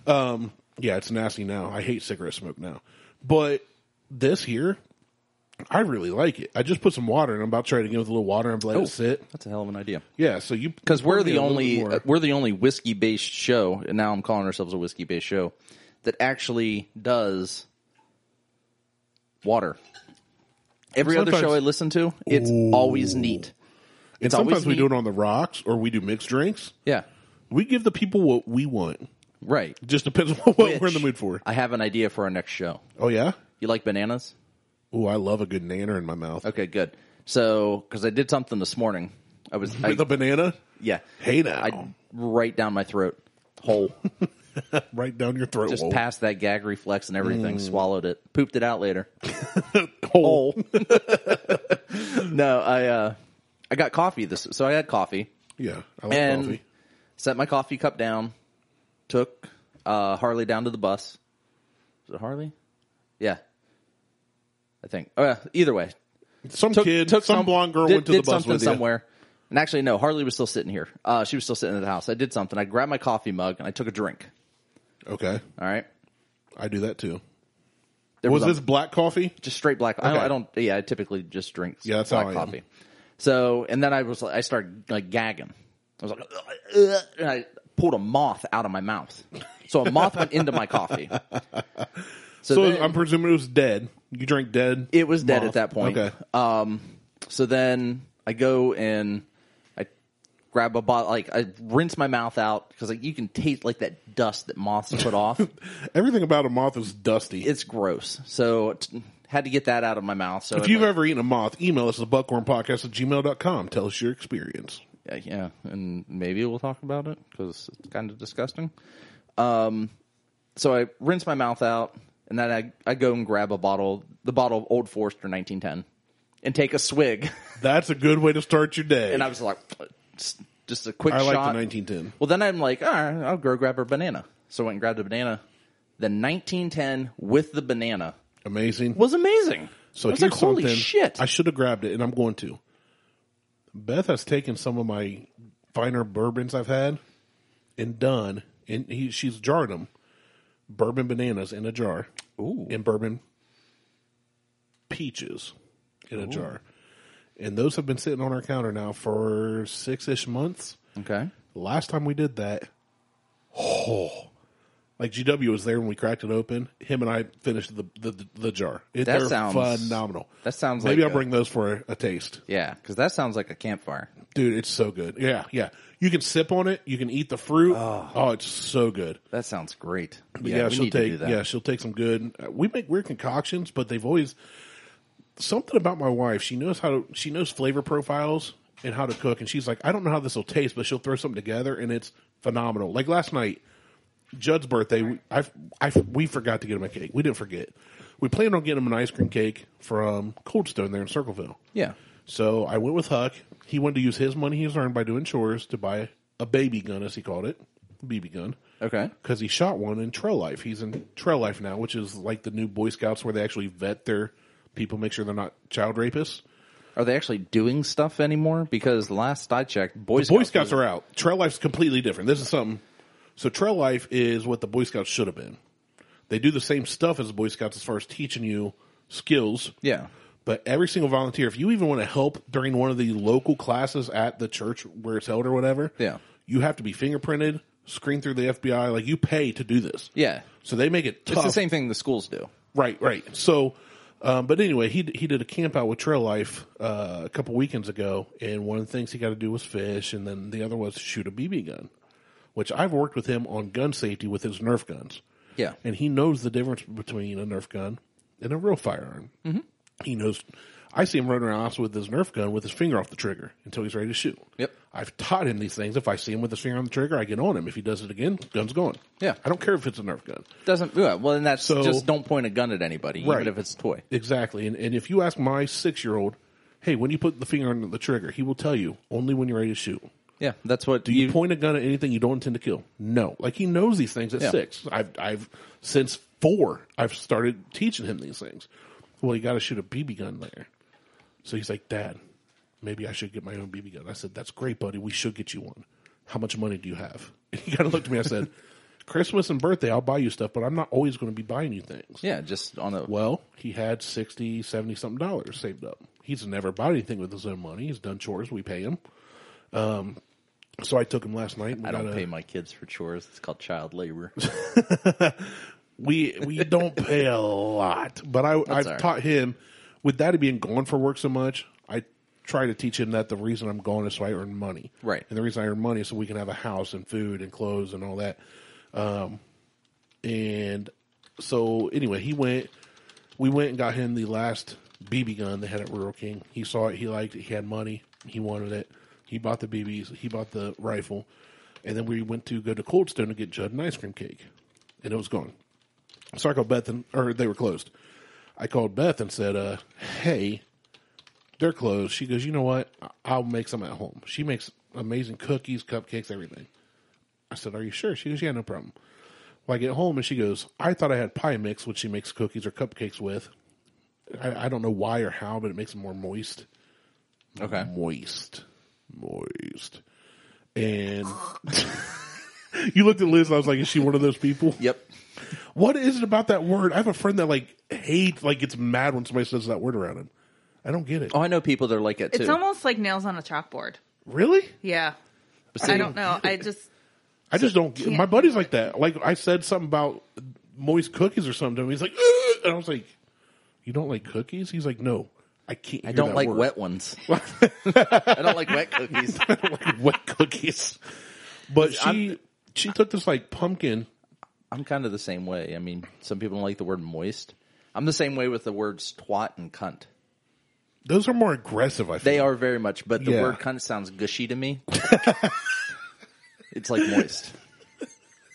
Um, yeah, it's nasty now. I hate cigarette smoke now. But this here, I really like it. I just put some water, and I'm about to try to get with a little water and let
Oh,
it sit.
That's a hell of an idea.
Yeah, so you
because we're
pour me
the
a little
only
more.
uh, we're the only whiskey based show, and now I'm calling ourselves a whiskey based show that actually does water. Every other show
sometimes-
I listen to, it's always neat. always
and sometimes we
neat.
do it on the rocks or we do mixed drinks.
Yeah,
We give the people what we want.
right.
Just depends on what we're in the
Which
mood for.
I have an idea for our next show.
Oh yeah.
You like bananas?
Oh, I love a good nanner in my mouth.
Okay, good. So, because I did something this morning, I was I,
With a banana
yeah,
Hey now.
I right down my throat hole.
right down your throat.
Just
hole. Mm.
passed that gag reflex and everything. Swallowed it. Pooped it out later.
Hole.
no, I uh, I got coffee this, so I had coffee
Yeah, I like
and
coffee.
set my coffee cup down. Took uh, Harley down to the bus. Was it Harley? Yeah, I think. Oh, yeah, either way,
Some kid, some, blonde girl
did-
went to
did
the bus
something
with you.
somewhere. And actually, no, Harley was still sitting here. Uh, she was still sitting at the house. I did something. I grabbed my coffee mug and I took a drink.
Okay,
All right,
I do that too.
there
Was
a-
this black coffee?
just straight black. I, don't,
Okay.
I don't. Yeah, I typically just drink.
Yeah, that's how
black
I am.
coffee. So, and then I was like, I started like gagging. I was like, "Ugh," and I pulled a moth out of my mouth. So a moth went into my coffee. So,
So
then-
I'm presuming it was dead. You drank dead.
it was dead
moth.
at that point.
Okay.
Um, so then I go and I grab a bottle, like I rinse my mouth out because like you can taste like that dust that moths put off.
Everything about a moth is dusty.
It's gross. So t- had to get that out of my mouth. So
if you've ever eaten a moth, email us at buckhornpodcast at gmail.com. Tell us your experience.
yeah, yeah, and maybe we'll talk about it because it's kind of disgusting. Um, so I rinse my mouth out, and then I I go and grab a bottle, the bottle of Old Forester 1910, and take a swig.
That's a good way to start your day.
and I was like, just- just a quick
I like
shot.
the 1910.
Well, then I'm like, all right, I'll go grab a banana. So I went and grabbed a banana. The 1910 with the banana
Amazing.
was amazing.
So
I was
here's
like, holy
something.
shit.
I should have grabbed it, and I'm going to. Beth has taken some of my finer bourbons I've had and done, and he, she's jarred them. Bourbon bananas in a jar.
Ooh.
And bourbon peaches in a jar. And those have been sitting on our counter now for six ish months.
okay.
Last time we did that, oh, like GW was there when we cracked it open. Him and I finished the the, the, the jar. It,
That
they're
sounds-
phenomenal.
that sounds
Maybe
like
I'll
a-
bring those for a, a taste,
Yeah, because that sounds like a campfire.
dude. It's so good. Yeah, yeah. You can sip on it. You can eat the fruit. Oh, it's so good.
That sounds great.
But yeah,
we
she'll
need
take.
to do that.
Yeah, she'll take some good. uh, We make weird concoctions, but they've always something about my wife. She knows how to. She knows flavor profiles and how to cook. And she's like, I don't know how this will taste, but she'll throw something together, and it's phenomenal. Like last night, Judd's birthday. we- I, I, we forgot to get him a cake. We didn't forget. We planned on getting him an ice cream cake from Cold Stone there in Circleville.
Yeah.
So I went with Huck. He wanted to use his money he's earned by doing chores to buy a baby gun, as he called it, BB gun
Okay.
because he shot one in Trail Life. He's in Trail Life now, which is like the new Boy Scouts where they actually vet their people, make sure they're not child rapists.
Are they actually doing stuff anymore? Because last I checked, Boy Scouts,
Boy Scouts are out. Trail Life's completely different. This is something. So Trail Life is what the Boy Scouts should have been. They do the same stuff as the Boy Scouts as far as teaching you skills.
Yeah.
But every single volunteer, if you even want to help during one of the local classes at the church where it's held or whatever,
Yeah.
you have to be fingerprinted, screened through the FBI. Like you pay to do this.
Yeah.
So they make it tough.
It's the same thing the schools do.
Right, right. So, um, but anyway, he he did a camp out with Trail Life uh, a couple weekends ago, and one of the things he got to do was fish, and then the other was shoot a BB gun, which I've worked with him on gun safety with his Nerf guns,
Yeah.
and he knows the difference between a Nerf gun and a real firearm. Mm-hmm. He knows. I see him running around also with his Nerf gun with his finger off the trigger until he's ready to shoot.
Yep.
I've taught him these things. If I see him with his finger on the trigger, I get on him. If he does it again, gun's gone.
Yeah.
I don't care if it's a Nerf gun.
Doesn't yeah, well then that's
So-
just don't point a gun at anybody,
Right.
even if it's a toy.
Exactly. And, and if you ask my six year old, hey, when you put the finger on the trigger, he will tell you only when you're ready to shoot.
Yeah. That's what
Do you, point a gun at anything you don't intend to kill? No. Like he knows these things at
Yeah.
six. I've, I've, since four, I've started teaching him these things. Well, you got to shoot a BB gun there. So he's like, Dad, maybe I should get my own BB gun. I said, That's great, buddy. We should get you one. How much money do you have? And he kind of looked at me. I said, Christmas and birthday, I'll buy you stuff, but I'm not always going to be buying you things.
Yeah, just on a
Well, he had 60, 70 something dollars saved up. He's never bought anything with his own money. He's done chores. We pay him. Um, so I took him last night. And we
I don't
got a-
pay my kids for chores. It's called child labor.
We we don't pay a lot, but I I've
all right.
taught him with daddy being gone for work so much. I try to teach him that the reason I'm gone is so I earn money,
Right.
And the reason I earn money is so we can have a house and food and clothes and all that. Um, and so anyway, he went. We went and got him the last BB gun they had at Rural King. He saw it. He liked it. He had money. He wanted it. He bought the BBs. He bought the rifle. And then we went to go to Cold Stone to get Judd an ice cream cake, and it was gone. So I called Beth and or they were closed. I called Beth and said, uh, "Hey, they're closed." She goes, "You know what? I- I'll make some at home." She makes amazing cookies, cupcakes, everything. I said, "Are you sure?" She goes, "Yeah, no problem." Well, I get home and she goes, "I thought I had pie mix, which she makes cookies or cupcakes with. I, I don't know why or how, but it makes them more moist,
Okay.
moist, moist." And you looked at Liz. and I was like, "Is she one of those people?"
Yep.
What is it about that word? I have a friend that like hates, like gets mad when somebody says that word around him. I don't get it.
Oh, I know people that are like that too.
It's almost like nails on a chalkboard.
Really?
Yeah.
But
I
see,
don't know. I just
I just don't. Get, my buddy's like that. Like I said something about moist cookies or something. to me. He's like, "Ugh!" and I was like, you don't like cookies? He's like, no, I can't.
I don't like wet ones. I don't like wet cookies.
wet cookies. But she
I'm-
she took this like pumpkin.
I'm kind of the same way. I mean, some people don't like the word moist. I'm the same way with the words twat and cunt.
Those are more aggressive. I
They
think.
are very much, but the
Yeah.
word cunt sounds gushy to me. it's like moist.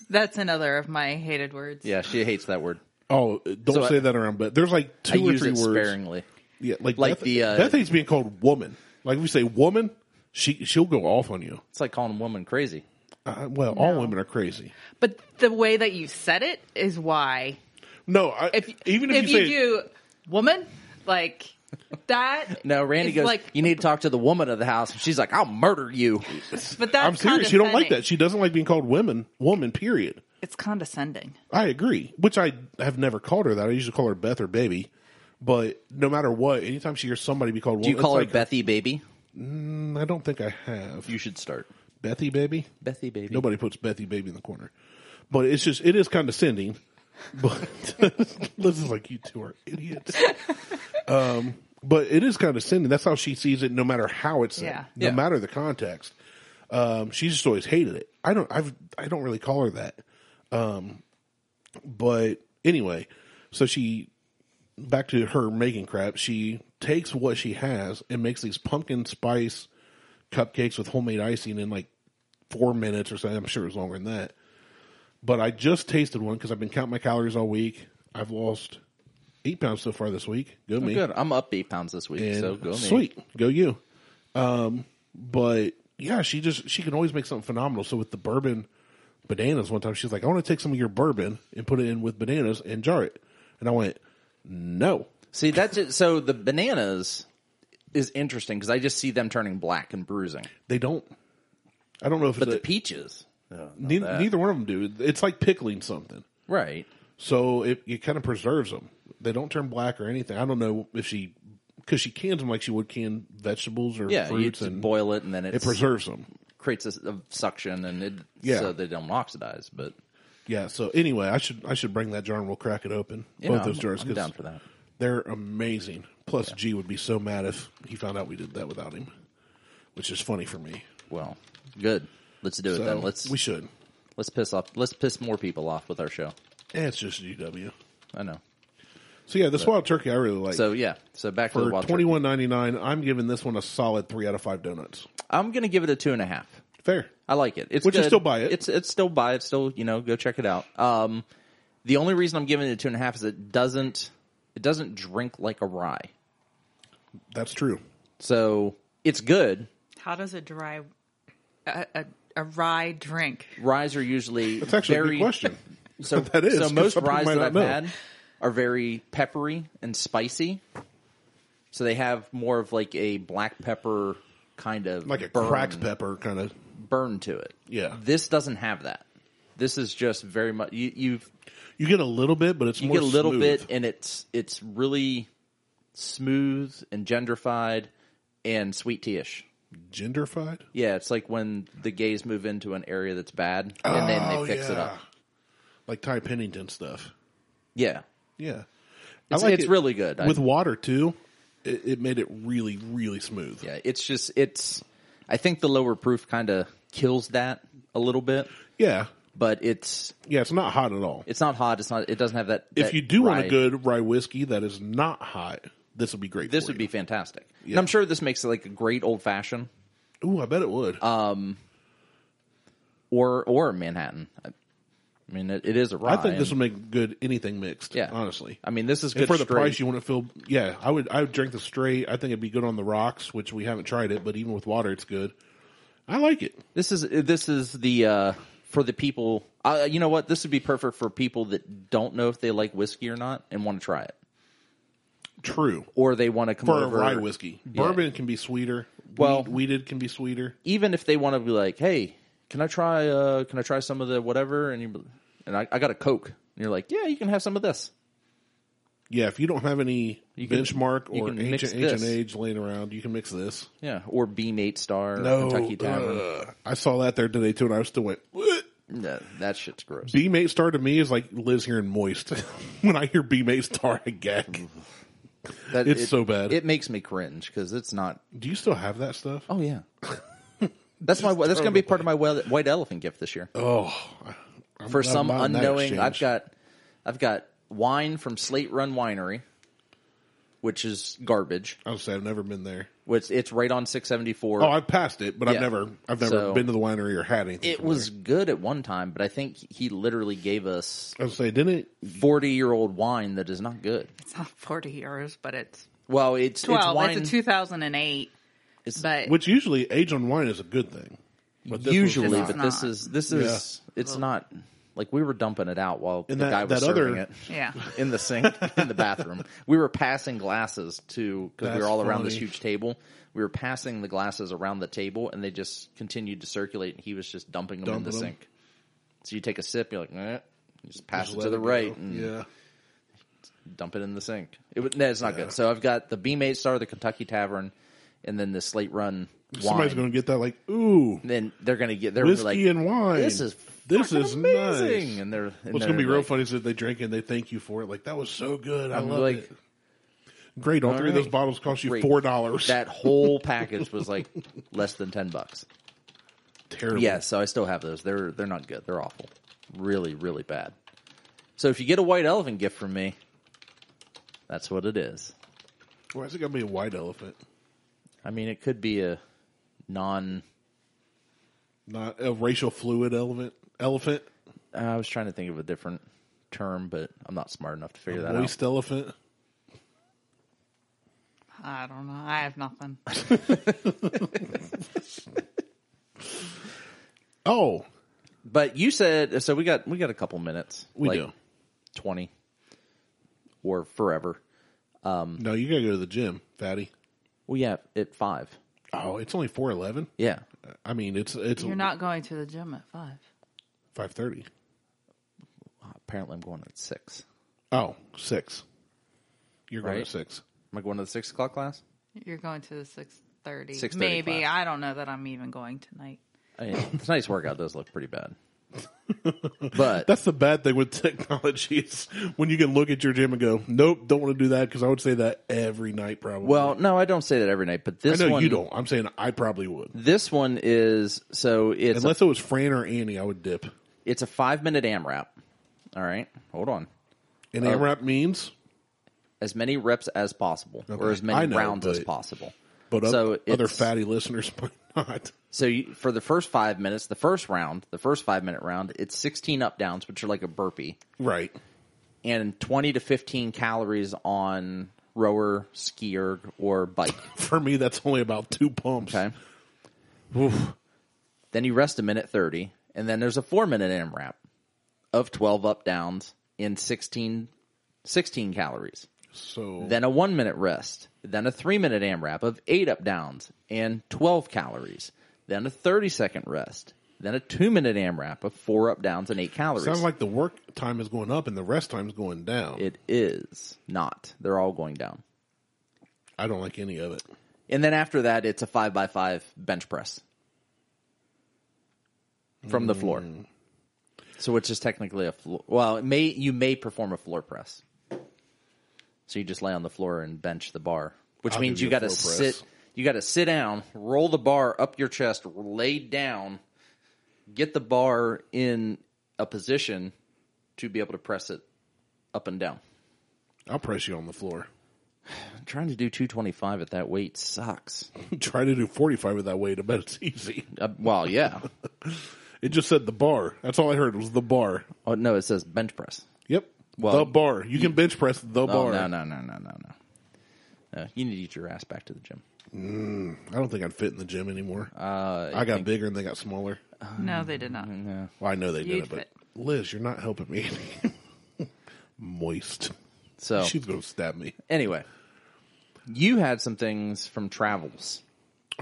That's another of my hated words.
Yeah, she hates that word.
Oh, don't
So I-
say that around. But there's like
I
two or
use
three
it
words.
sparingly.
Yeah, like
Like
that,
the, uh,
that thing's being called woman. Like we say woman, she she'll go off on you.
It's like calling a woman crazy.
Uh, well, all women are crazy.
But the way that you said it is why.
No, I,
If
even if,
you,
you, say
do woman like that,
No, Randy
is
goes,
like,
you need to talk to the woman of the house. And she's like, I'll murder you.
but that's
I'm serious, she don't like
condescending.
that. She doesn't like being called women. Woman, period.
It's condescending.
I agree. Which I have never called her that. I usually call her Beth or baby. But no matter what, anytime she hears somebody be called woman,
Do you call her
it's like, "Mm,
Bethy Baby?
I don't think I have.
You should start.
Bethy baby?
Bethy Baby.
Nobody puts Bethy baby in the corner. But it's just it is condescending. But Liz is like you two are idiots. Um but it is condescending. That's how she sees it no matter how it's said.
Yeah.
No
Yeah.
matter the context. Um she just always hated it. I don't I've I don't really call her that. Um but anyway, so she back to her making crap, she takes what she has and makes these pumpkin spice cupcakes with homemade icing in like four minutes or something. I'm sure it was longer than that. But I just tasted one because I've been counting my calories all week. I've lost eight pounds so far this week. Go me.
Oh, Good. I'm up eight pounds this week,
And
so go me.
sweet. Go you. Um, but yeah, she just she can always make something phenomenal. So with the bourbon bananas one time, she's like, I want to take some of your bourbon and put it in with bananas and jar it. And I went, No.
See, that's it. So the bananas is interesting because I just see them turning black and bruising.
They don't. I don't know if
But
it's
the
a-
peaches.
neith- neither, one of them do. It's like pickling something.
Right.
So it, it kind of preserves them. They don't turn black or anything. I don't know if she, because she cans them like she would can vegetables or
Yeah, you
fruits,
just
and
boil it and then it's,
it preserves them.
creates a, s- a suction and it
Yeah.
so they don't oxidize. But
Yeah. So anyway, I should I should bring that jar and we'll crack it open.
you
both
know,
those
I'm-
jars
I'm
'cause
down for that.
they're amazing. Plus, G would be so mad if he found out we did that without him, which is funny for me.
Well, good. Let's do it
So
then. Let's
we should.
let's piss off. Let's piss more people off with our show.
And it's just GW.
I know.
So yeah, this wild turkey I really like.
So yeah. So back to the
for
wild
twenty
turkey.
one ninety nine, I'm giving this one a solid three out of five donuts.
I'm gonna give it a two and a half.
Fair.
I like it. It's
Would you
good.
still buy it?
It's it's still buy it. Still you know go check it out. Um, the only reason I'm giving it a two and a half is it doesn't it doesn't drink like a rye.
That's true.
So it's good.
How does a dry a, a, a rye drink?
Ryes are usually
That's actually
very
a good question.
So
That is,
so
'cause
most
some people
ryes
might
that
not
I've
know.
had are very peppery and spicy. So they have more of like a black pepper kind of
like a
burn,
cracked pepper kind of.
burn to it.
Yeah.
this doesn't have that. This is just very much you, you've
You get a little bit, but it's
you
more
get a little
smooth.
bit, and it's it's really smooth and gendrified and sweet tea ish.
genderfied.
Yeah, it's like when the gays move into an area that's bad and then
Oh,
they fix it
yeah.
up.
like Ty Pennington stuff.
Yeah.
Yeah,
It's- it's really good. I-
with water too. It, it made it really, really smooth.
Yeah, it's just it's I think the lower proof kind of kills that a little bit,
yeah,
but it's
Yeah, It's not hot at all.
it's not hot, it's not it doesn't have that
if
that
you do want
rye.
a good rye whiskey that is not hot, this would be great.
this
for
would be
you.
fantastic. And I'm sure this makes it like a great old fashioned
Ooh, I bet it would.
or or a Manhattan. I I mean it, it is a rye.
I think this
and-
would make good anything mixed.
Ah, yeah.
honestly.
I mean this is good
And for the
straight.
price, you wouldn't feel. Yeah, I would. I would drink this straight. I think it'd be good on the rocks, which we haven't tried it, but even with water, it's good. I like it.
This is this is the uh, for the people. Uh, you know what? This would be perfect for people that don't know if they like whiskey or not and want to try it,
True.
or they want to come
For a
over
rye whiskey, bourbon can be sweeter.
Well-
Well, weeded can be sweeter.
Even if they want to be like, "Hey, can I try? Uh, can I try some of the whatever?" And you and I, I got a Coke, and you're like, "Yeah, you can have some of this."
Yeah, if you don't have any
can-
benchmark
you
or
can mix
ancient ancient
this.
age laying around, you can mix this. uh,
Yeah, or Beam Eight Star, Kentucky Tavern.
ugh. I saw that there today too, and I still went. "What?"
That, that shit's gross.
B mate star to me is like Liz hearing moist. when I hear B mate star, I gag.
Mm-hmm. That-
It's
it-
so bad.
It makes me cringe because it's not.
Do you still have that stuff?
Oh yeah, that's my. That's going to be part of my whe- white elephant gift this
Oh,
year.
I'm
For
glad
some
I'm not in that
unknowing, I've
exchange.
got, I've got wine from Slate Run Winery, which is garbage.
I'll say I've never been there.
Which it's right on six seventy four.
Oh, I've passed it, but I've
Yeah.
never, I've never
So-
been to the winery or had anything.
it
from
was good at one time, but I think he literally gave us
there. I'll say, didn't it?
forty year old wine that is not good.
It's not 40 euros, but it's
Well, it's
12.
it's wine.
It's a 2008.
it's-
But
Which usually age on wine is a good thing. But this was
usually,
This is
not.
but this
not.
is this is it's not like we were dumping it out while the
that-
guy was
that
serving
other-
it
yeah.
in the sink in the bathroom. We were passing glasses to because we were
That's
all around this
funny.
huge table. We were passing the glasses around the table, and they just continued to circulate. And he was just dumping them in
Dumping
the
'em.
sink. So you take a sip, you're like, eh, you just pass it
Let
to the
it
right,
go.
and
Yeah.
dump it in the sink. It was, no, it's not good. So I've got the Beam Eight Star, the Kentucky Tavern, and then the Slate Run wine.
Somebody's going to get that like, ooh,
then they're gonna get they're
whiskey
like
and wine.
This is
This
fucking
is
amazing.
nice.
And they're and
What's going to be
they're
real
like-
funny is if they drink and they thank you for it. Like, that was so good. I
I'm
love
like-
it. Great. All, three of
right.
those bottles cost you
Great.
$4.
That whole package was like less than ten bucks.
Terrible.
Yeah, so I still have those. They're they're not good. They're awful. Really, really bad. So if you get a white elephant gift from me, that's what it is.
Why is it going to be a white elephant?
I mean, it could be a non.
Not a racial fluid elephant? Elephant?
I was trying to think of a different term, but I'm not smart enough to figure that out.
Moist elephant?
I don't know. I have nothing.
Oh,
But you said so. We got we got a couple minutes.
we
like
do.
Twenty or forever.
No, you got to go to the gym, fatty.
Well, yeah, at five.
Oh, it's only 411?
Yeah.
I mean, it's it's
You're not going to the gym at five.
530.
Apparently, I'm going at six.
Oh, six. You're going
Right.
to six.
Am I going to the six o'clock class?
You're going to the six thirty.
6:30
Maybe
class.
I don't know that I'm even going tonight.
I mean, tonight's workout does look pretty bad, but
That's the bad thing with technology is when you can look at your gym and go, nope, don't want to do that because I would say that every night probably.
well, no, I don't say that every night. But
I
this
know
one,
you don't. I'm saying I probably would.
This one is so it's a,
Unless it was Fran or Annie, I would dip.
it's a five minute AMRAP. All right, hold on.
And AMRAP means,
As many reps as possible, or as
I
many
know,
rounds as
but-
possible.
but oth-
so
other
it's-
fatty listeners might not.
So you, for the first five minutes, the first round, the first five minute round, it's sixteen up downs, which are like a burpee.
Right.
and 20 to 15 calories on rower, skier, or bike.
For me, that's only about two pumps.
Okay. Then you rest a minute 30, and then there's a four minute AMRAP of 12 up downs and 16, 16 calories.
So
Then a one minute rest. Then a three minute AMRAP of eight up downs and 12 calories. Then a 30 second rest. Then a two minute AMRAP of four up downs and eight calories.
sounds like the work time is going up and the rest time is going down.
it is not. They're all going down.
I don't like any of it.
And then after that, it's a five by five bench press from the floor. So which is technically a floor. Well, it may you may perform a floor press. So you just lay on the floor and bench the bar, which
I'll
means
give
you
you a
got to
floor
sit.
press.
You got to sit down, roll the bar up your chest, lay down, get the bar in a position to be able to press it up and down.
I'll press you on the floor.
Trying to do 225 at that weight sucks.
Try to do 45 with that weight. I bet it's easy.
Uh, well, yeah.
It just said the bar. That's all I heard was the bar.
Oh no, it says bench press.
Yep.
Well,
the bar. You can bench press the
Oh
bar.
no no no no no no. No, Uh, you need to get your ass back to the gym.
I don't think I'd fit in the gym anymore. Uh, I got bigger and they got smaller.
No, they did not.
Um.
Well, I know they
You'd
did it, but
fit.
Liz, you're not helping me. Moist.
So
She's going to stab me.
anyway, you had some things from travels.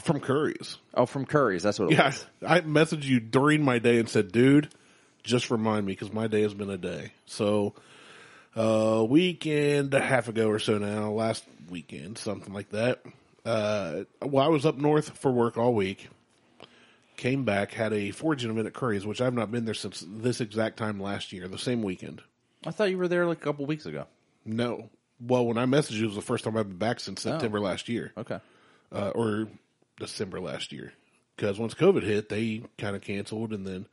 From Curry's.
Oh, from Curry's. That's what it
Yeah.
was.
I messaged you during my day and said, dude, just remind me because my day has been a day. So, a week and a half ago or so now, last weekend, something like that. Uh, well, I was up north for work all week. came back, had a foraging event at Curry's, which I've not been there since this exact time last year, the same weekend.
I thought you were there like a couple weeks ago.
No. Well, when I messaged you, it was the first time I've been back since September last year,
Okay.
uh, or December last year. Because once COVID hit, they kind of canceled, and then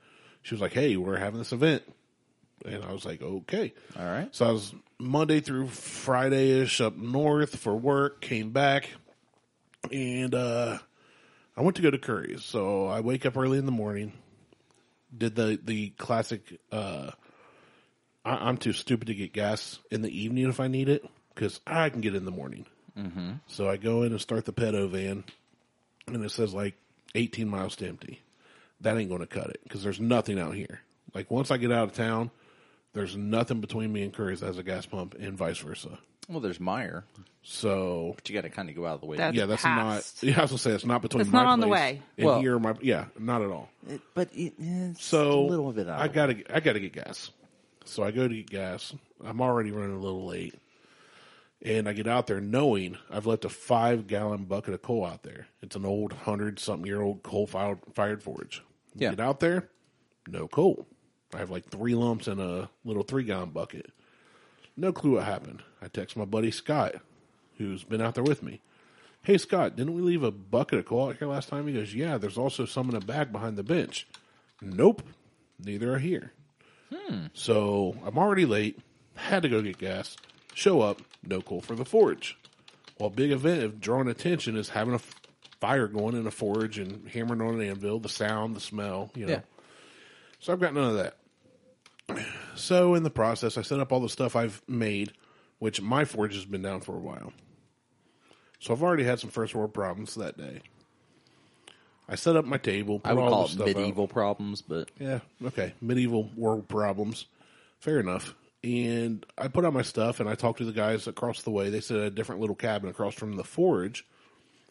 she was like, "Hey, we're having this event," and I was like, "Okay."
All right.
So I was Monday through Friday ish up north for work, came back, and uh, I went to go to Curry's. So I wake up early in the morning, did the, the classic uh, I, I'm too stupid to get gas in the evening if I need it because I can get it in the morning. Mm-hmm. So I go in and start the pedo van, and it says like 18 miles to empty. That ain't going to cut it because there's nothing out here. Like once I get out of town, there's nothing between me and Curry's as a gas pump, and vice versa.
Well, there's Meyer,
So
but you got to kind of go out of the way.
That's-
yeah, that's
past.
not. Yeah, I was gonna say it's not between.
It's
my
not on the
place
way.
And
Well-
here, my yeah, not at all.
but it, it's
So
a little bit out.
I gotta, I gotta get gas. So I go to get gas. I'm already running a little late, and I get out there knowing I've left a five gallon bucket of coal out there. It's an old hundred something year old coal fired fired forge.
Yeah.
Get out there, no coal. I have like three lumps in a little three gallon bucket. No clue what happened. I text my buddy Scott, who's been out there with me. Hey Scott, didn't we leave a bucket of coal out here last time? He goes, Yeah, there's also some in a bag behind the bench. Nope, neither are here. So I'm already late. Had to go get gas. Show up, no coal for the forge. Well, big event of drawing attention is having a f- fire going in a forge and hammering on an anvil. The sound, the smell, you know.
Yeah.
So I've got none of that. So in the process, I set up all the stuff I've made, which my forge has been down for a while. So I've already had some first world problems that day. I set up my table.
I would
put all
call
the
it
stuff out.
medieval problems, but
Yeah. Okay. Medieval world problems. Fair enough. And I put out my stuff and I talked to the guys across the way. They said a different little cabin across from the forge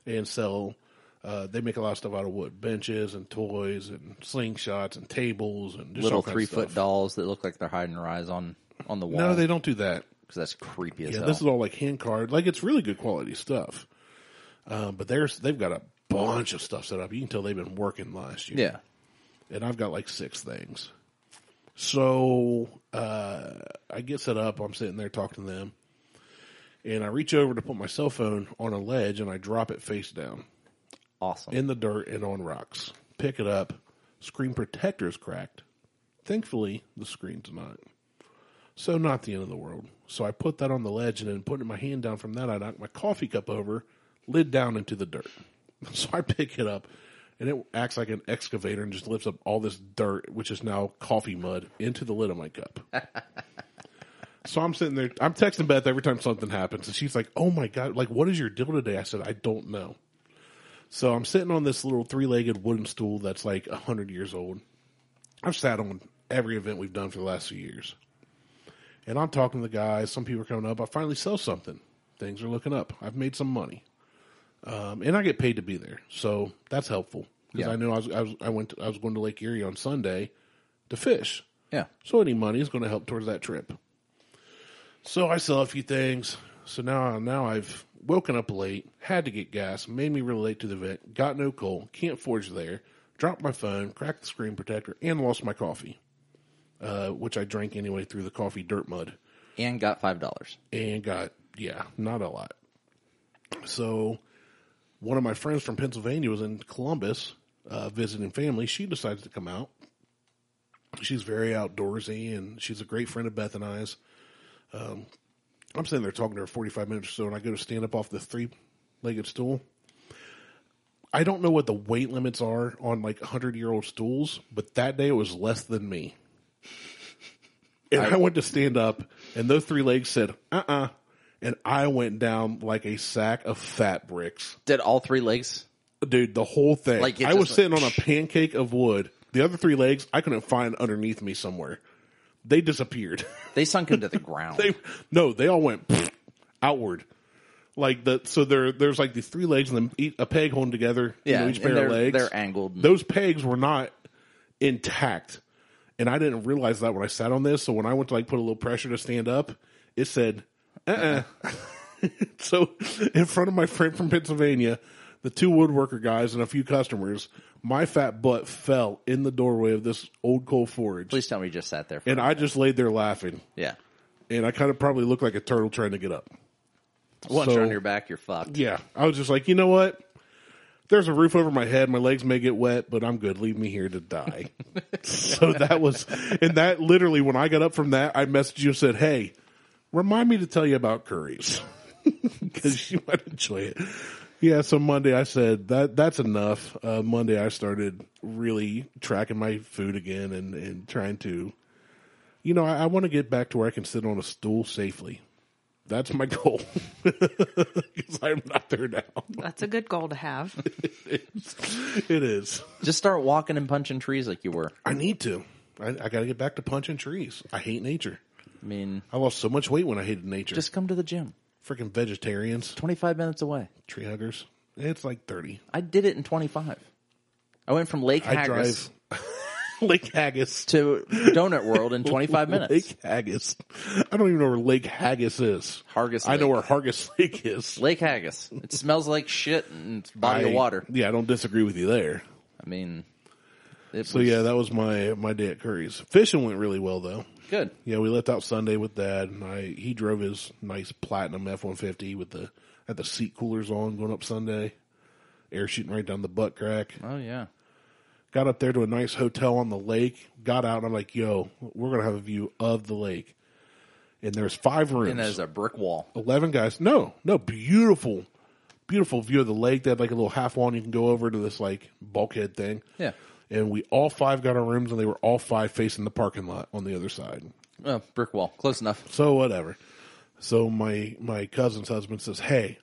and sell. Uh, they make a lot of stuff out of wood, benches and toys and slingshots and tables and just
little
all kinds of
three foot
stuff.
dolls that look like they're hiding their eyes on on the wall.
No, they don't do that.
because that's creepy as
Yeah,
hell.
this is all like hand card. Like it's really good quality stuff. Um, but there's they've got a bunch of stuff set up. You can tell they've been working last year.
yeah.
and I've got like six things. So uh, I get set up. I'm sitting there talking to them, and I reach over to put my cell phone on a ledge, and I drop it face down
Awesome.
in the dirt and on rocks. Pick it up. Screen protector is cracked. Thankfully, the screen's not. So not the end of the world. So I put that on the ledge, and then putting my hand down from that, I knocked my coffee cup over, lid down into the dirt. So I pick it up, and it acts like an excavator and just lifts up all this dirt, which is now coffee mud, into the lid of my cup. so I'm sitting there. I'm texting Beth every time something happens, and she's like, "Oh my god! Like, what is your deal today?" I said, "I don't know." So I'm sitting on this little three-legged wooden stool that's like a hundred years old. I've sat on every event we've done for the last few years, and I'm talking to the guys. Some people are coming up. I finally sell something. Things are looking up. I've made some money, um, and I get paid to be there, so that's helpful. Because
Yeah.
I know I was, I was I went to, I was going to Lake Erie on Sunday to fish.
yeah.
So any money is going to help towards that trip. So I sell a few things. So now now I've woken up late, had to get gas, made me really late to the event, got no coal, can't forge there, dropped my phone, cracked the screen protector, and lost my coffee, uh, which I drank anyway through the coffee dirt mud
And got five dollars.
and got yeah, not a lot. So one of my friends from Pennsylvania was in Columbus uh, visiting family. She decides to come out. She's very outdoorsy, and she's a great friend of Beth and I's. Um, I'm sitting there talking to her 45 minutes or so, and I go to stand up off the three-legged stool. I don't know what the weight limits are on like 100 year old stools, but that day it was less than me. And I, went to stand up, and those three legs said, uh uh. And I went down like a sack of fat bricks.
Did all three legs?
Dude, the whole thing.
Like, it
I was
just
sitting
went
on a pancake of wood. The other three legs I couldn't find underneath me somewhere. They disappeared.
They sunk into the ground.
they no, they all went outward. Like the so there there's like these three legs and then eat a peg holding together. you
yeah.
know, each
and
pair
they're,
of legs.
they're angled. and-
Those pegs were not intact, and I didn't realize that when I sat on this. So when I went to like put a little pressure to stand up, it uh-uh. said, "Uh." uh so in front of my friend from Pennsylvania, the two woodworker guys and a few customers, my fat butt fell in the doorway of this old coal forge.
Please tell me you just sat there. For
And I just laid there laughing.
yeah.
And I kind of probably looked like a turtle trying to get up.
Once
So-
you're on your back, you're fucked.
Yeah. I was just like, you know what? There's a roof over my head. My legs may get wet, but I'm good. Leave me here to die. so that was, and that literally, when I got up from that, I messaged you and said, hey, remind me to tell you about curries because you might enjoy it. Yeah. So Monday I said that that's enough. Uh, Monday I started really tracking my food again and, and trying to, you know, I, I want to get back to where I can sit on a stool safely. That's my goal because I'm not there now.
That's a good goal to have.
It is.
Just start walking and punching trees like you were.
I need to. I, I got to get back to punching trees. I hate nature.
I mean,
I lost so much weight when I hated nature. Just
just come to the gym.
freaking vegetarians,
25 minutes away.
tree huggers. It's like thirty.
I did it in 25. I went from Lake
I
Haggis
drive Lake Haggis.
to Donut World in 25 minutes.
Lake Haggis. I don't even know where Lake Haggis is.
Hargis
I know
Lake.
where Hargis Lake is.
Lake Haggis. It smells like shit and it's a body
I-
of water.
Yeah, I don't disagree with you there.
I mean, it
So
was
yeah, that was my my day at Curry's. Fishing went really well though.
good.
Yeah, we left out Sunday with Dad, and I he drove his nice platinum F one fifty with the had the seat coolers on going up Sunday, air shooting right down the butt crack.
Oh, yeah.
Got up there to a nice hotel on the lake. Got out, and I'm like, "Yo, we're gonna have a view of the lake." And there's five rooms,
And there's a brick wall.
eleven guys. No, no, beautiful, beautiful view of the lake. They had like a little half wall, and you can go over to this like bulkhead thing.
Yeah.
And we all five got our rooms, and they were all five facing the parking lot on the other side.
Oh, brick wall. Close enough.
So whatever. So my my cousin's husband says, "Hey,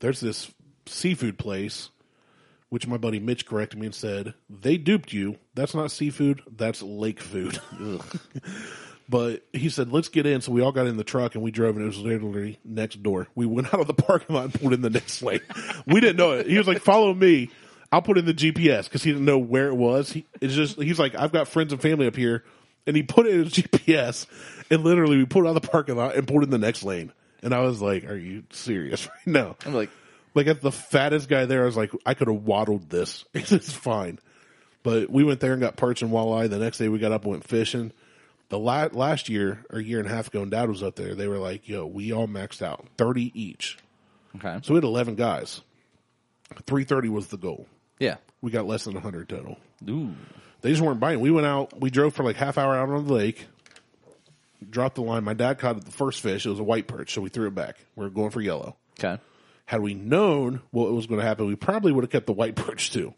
there's this seafood place," which my buddy Mitch corrected me and said, "They duped you. That's not seafood. That's lake food." but he said, "Let's get in." So we all got in the truck and we drove, and it was literally next door. We went out of the parking lot and pulled in the next lake. we didn't know it. He was like, "Follow me." I'll put in the GPS because he didn't know where it was. He it's just he's like, I've got friends and family up here, and he put it in his GPS, and literally we pulled out of the parking lot and pulled in the next lane. And I was like, "Are you serious right now?"
I'm like,
Like at the fattest guy there, I was like, I could have waddled this. it's fine. But we went there and got perch and walleye. The next day we got up and went fishing. The la- last year or year and a half ago, and Dad was up there. They were like, "Yo, we all maxed out, thirty each."
okay.
So we had eleven guys. Three thirty was the goal.
Yeah.
We got less than hundred total.
Ooh.
They just weren't biting. We went out. We drove for like half hour out on the lake. Dropped the line. My dad caught the first fish. It was a white perch, so we threw it back. We were going for yellow
Okay.
had we known what was going to happen, we probably would have kept the white perch too.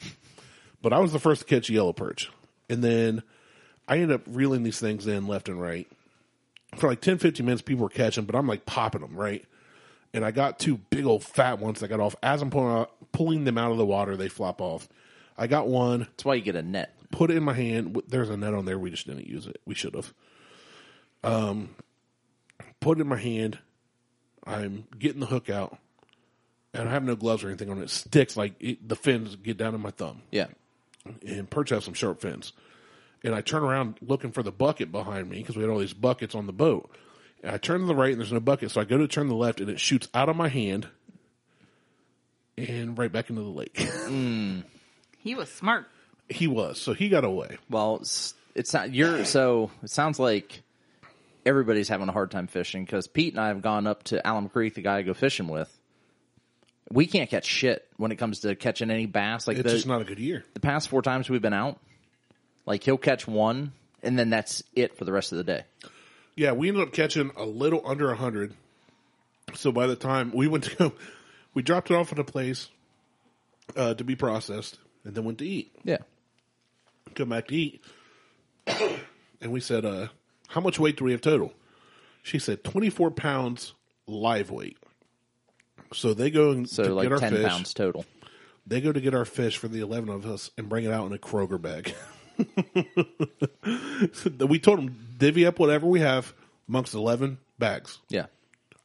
But I was the first to catch a yellow perch. And then I ended up reeling these things in left and right. For like 10, 15 minutes, people were catching, but I'm like popping them, right? And I got two big old fat ones that got off. As I'm pulling, out, pulling them out of the water, they flop off. I got one,
That's why you get a net.
put it in my hand. W- There's a net on there. We just didn't use it. We should have. Um, put it in my hand. I'm getting the hook out, and I have no gloves or anything on it. Sticks like it, the fins get down in my thumb,
Yeah.
and perch have some sharp fins. And I turn around looking for the bucket behind me because we had all these buckets on the boat. And I turn to the right and there's no bucket, so I go to turn to the left and it shoots out of my hand and right back into the lake.
He was smart.
he was, so he got away.
Well, it's, it's not, you're, so it sounds like everybody's having a hard time fishing because Pete and I have gone up to Alum Creek, the guy I go fishing with. We can't catch shit when it comes to catching any bass. Like
It's
the,
just not a good year.
the past four times we've been out, like he'll catch one and then that's it for the rest of the day.
Yeah, we ended up catching a little under a hundred. So by the time we went to, we dropped it off at a place uh, to be processed, and then went to eat.
Yeah.
Come back to eat, and we said, uh, "How much weight do we have total?" She said, 24 pounds live weight." So they go and
So
to
like
get our
10
fish.
pounds total.
They go to get our fish for the 11 of us and bring it out in a Kroger bag. So we told them divvy up whatever we have amongst 11 bags.
Yeah.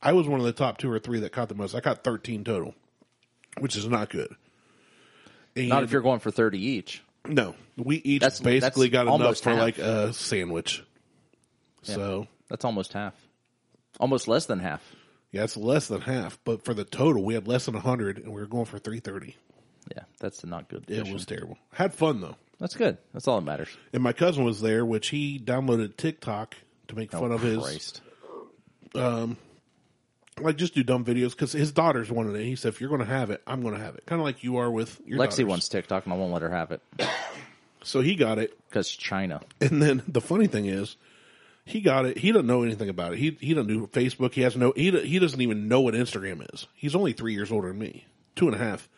I was one of the top two or three that caught the most. I caught 13 total, which is not good. And
Not if you're going for 30 each.
no, we each
That's-
basically
that's
got enough
almost
for
half.
like a sandwich. So
That's almost half. Almost less than half.
yeah, it's less than half. But for the total, we had less than 100, and we were going for 330.
Yeah, that's not good.
It
fishing.
was terrible. Had fun though.
That's good. That's all that matters.
And my cousin was there, which he downloaded TikTok to make fun of his
Oh, Christ.
like just do dumb videos because his daughters wanted it. He said, "If you're going to have it, I'm going to have it." Kind of like you are with your
Lexi
daughters.
wants TikTok, and I won't let her have it
So he got it,
because China.
and then the funny thing is, he got it. He doesn't know anything about it. He he doesn't do Facebook. He has no. He do- he doesn't even know what Instagram is. He's only three years older than me, two and a half.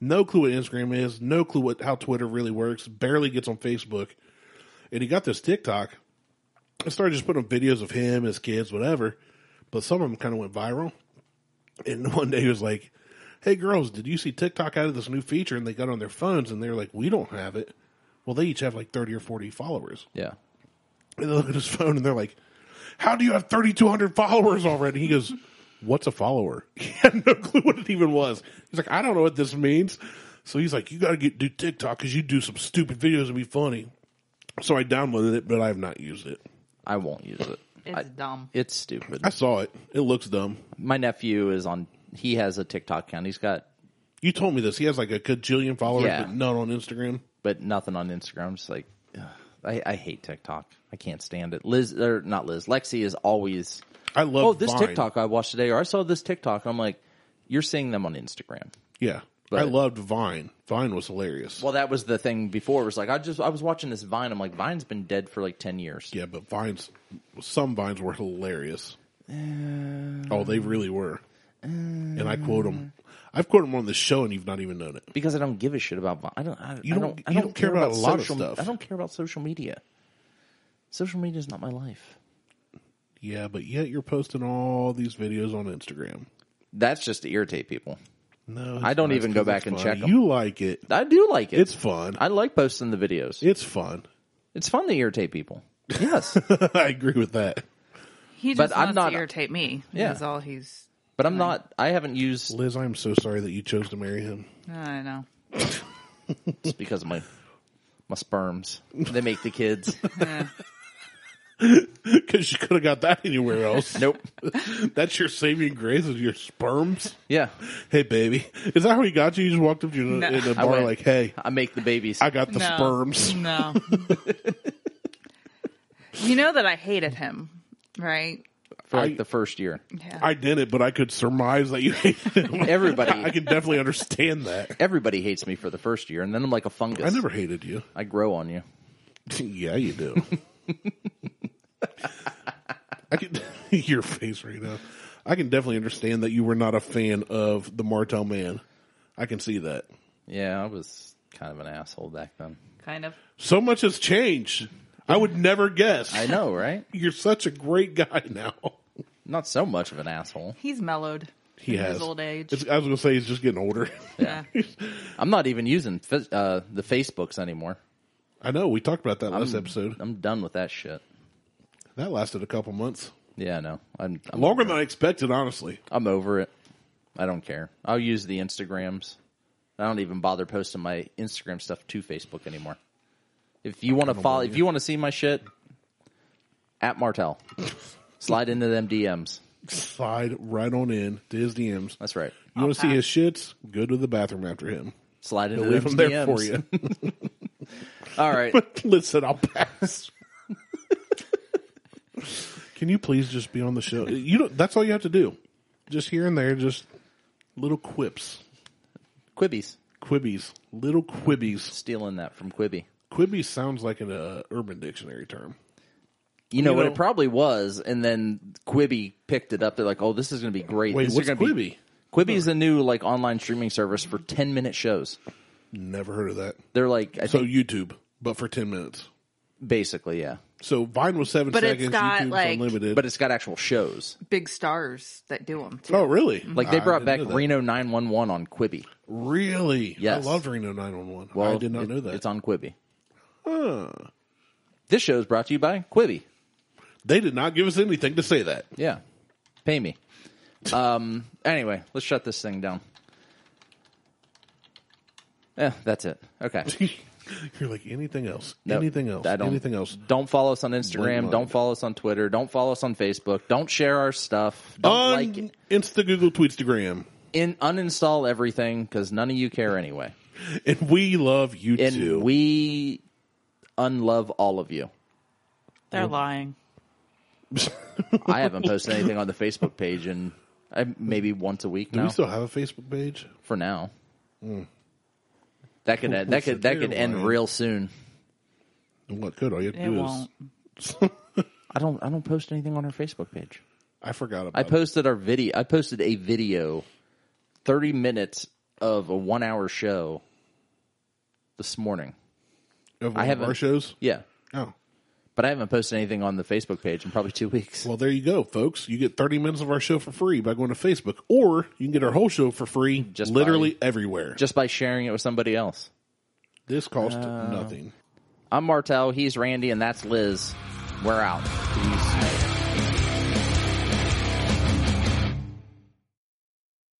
No clue what Instagram is. No clue what how Twitter really works. Barely gets on Facebook, and he got this TikTok. I started just putting up videos of him, his kids, whatever. But some of them kind of went viral. And one day he was like, Hey girls, did you see TikTok added this new feature? And they got on their phones and they're like, We don't have it. Well, they each have like 30 or 40 followers.
Yeah.
And they look at his phone and they're like, How do you have 3,200 followers already? He goes, What's a follower? He had no clue what it even was. He's like, I don't know what this means. So he's like, You got to get do TikTok because you do some stupid videos and be funny. So I downloaded it, but I have not used it.
I won't use it.
It's
I-
dumb.
It's stupid.
I saw it. It looks dumb.
My nephew is on. He has a TikTok account. He's got,
You told me this. He has like a cajillion followers,
Yeah.
but none on Instagram.
but nothing on Instagram. I'm just like, ugh, I, I hate TikTok. I can't stand it. Liz, or not Liz. Lexi is always.
I love.
Oh, this
Vine.
TikTok I watched today, or I saw this TikTok. I'm like, you're seeing them on Instagram.
Yeah, I
But-
loved Vine. Vine was hilarious.
Well, that was the thing before. It was like I just I was watching this Vine. I'm like, Vine's been dead for like ten years.
yeah, but Vines, some Vines were hilarious.
Uh,
oh, they really were. and I quote them. I've quoted them on the show, and you've not even known it.
because I don't give a shit about. Vi- I don't. I,
You
I
don't-
don't. I
you
don't care, about,
a lot of
social,
stuff.
I don't care about social media. Social media is not my life.
Yeah, but yet you're posting all these videos on Instagram.
That's just to irritate people.
No,
I
it's
don't
nice
even
'cause
go
it's
back and
fun.
check 'em.
You like it?
I do like it.
It's fun.
I like posting the videos.
It's fun.
It's fun to irritate people. Yes,
I agree with that.
He
But
just
I'm
wants
not-
to irritate me.
Yeah.
Yeah. Is all he's.
but I'm not. I haven't used
Liz, I'm so sorry that you chose to marry him.
I know.
it's because of my my sperms. They make the kids.
Yeah.
Because you could have got that anywhere else.
nope.
That's your saving grace is your sperms.
Yeah,
Hey, baby, is that how he got you? You just walked up to you in a-
No.
in a
I
bar
went-
like, "Hey,
I make the babies.
I got the
no.
sperms."
No. you know that I hated him, right?
for like
I-
the first year.
Yeah.
I did it, but I could surmise that you hated him.
Everybody,
I can definitely understand that.
everybody hates me for the first year, and then I'm like a fungus.
I never hated you.
I grow on you.
yeah, you do. I can your face right now. I can definitely understand that you were not a fan of the Martel Man. I can see that.
Yeah, I was kind of an asshole back then.
kind of.
So much has changed. I would never guess.
I know, right?
You're such a great guy now.
Not so much of an asshole.
He's mellowed.
He
in
has
His old age.
It's- I was gonna say he's just getting older.
yeah.
I'm not even using fa- uh, the Facebooks anymore.
I know. We talked about that last episode.
I'm done with that shit.
That lasted a couple months,
Yeah, no, I'm I'm,
longer than I expected. Honestly,
I'm over it. I don't care. I'll use the Instagrams. I don't even bother posting my Instagram stuff to Facebook anymore. If you want to follow, if you want to see my shit, at Martel, slide into them DMs.
slide right on in to his DMs.
That's right.
You want to see his shits? Go to the bathroom after him.
Slide into
I'll leave
them
him
DMs.
there for you.
All right.
Listen, I'll pass. Can you please just be on the show? You don't, that's all you have to do. Just here and there, just little quips,
Quibbies.
quibbies, little quibbies.
Stealing that from Quibby.
Quibby sounds like an uh, Urban Dictionary term.
You know
You
what
know-
it probably was, and then Quibi picked it up. They're like, "Oh, this is going to be great."
Wait,
These are
what's
gonna be-
Quibi?
Quibi is a new like online streaming service for ten minute shows.
Never heard of that.
They're like, I
So
think,
YouTube, but for ten minutes.
basically, yeah,
So Vine was seven
But it's
seconds.
got,
YouTube's
like-
unlimited.
but it's got actual shows.
Big stars that do him. Too.
oh, really?
Like they
I
brought
didn't
back
know that.
Reno nine one one on Quibi.
Really?
Yes.
I loved Reno 911.
Well,
I did not
it-
know that.
it's on Quibi. This show is brought to you by Quibi.
they did not give us anything to say that.
Yeah, pay me. Um. Anyway, let's shut this thing down. Yeah, that's it. Okay.
You're like anything else?
No,
anything else?
I don't-
Anything else?
Don't follow us on
Blink
Instagram.
mode.
Don't follow us on Twitter. Don't follow us on Facebook. Don't share our stuff. Don't
on
like it.
Insta Google Tweetstagram.
In, uninstall everything because none of you care anyway.
And we love you
and
too.
we unlove all of you.
They're lying.
I haven't posted anything on the Facebook page in uh, maybe once a week
Do
now.
we still have a Facebook page?
for now,
Hmm.
that could that could that could end
lying.
real soon.
What good? All you have to
It
do
won't.
is
I don't I don't post anything on our Facebook page.
I forgot about.
I posted our video. I posted a video, thirty minutes of a one hour show this morning.
it. Of
I
one of our
haven't-
shows.
Yeah,
Oh,
but I haven't posted anything on the Facebook page in probably two weeks.
well, there you go, folks. You get thirty minutes of our show for free by going to Facebook, or you can get our whole show for free,
Just
just literally everywhere.
Just by sharing it with somebody else.
this costs
Oh.
nothing.
I'm Martel. He's Randy, and that's Liz. We're out. Peace.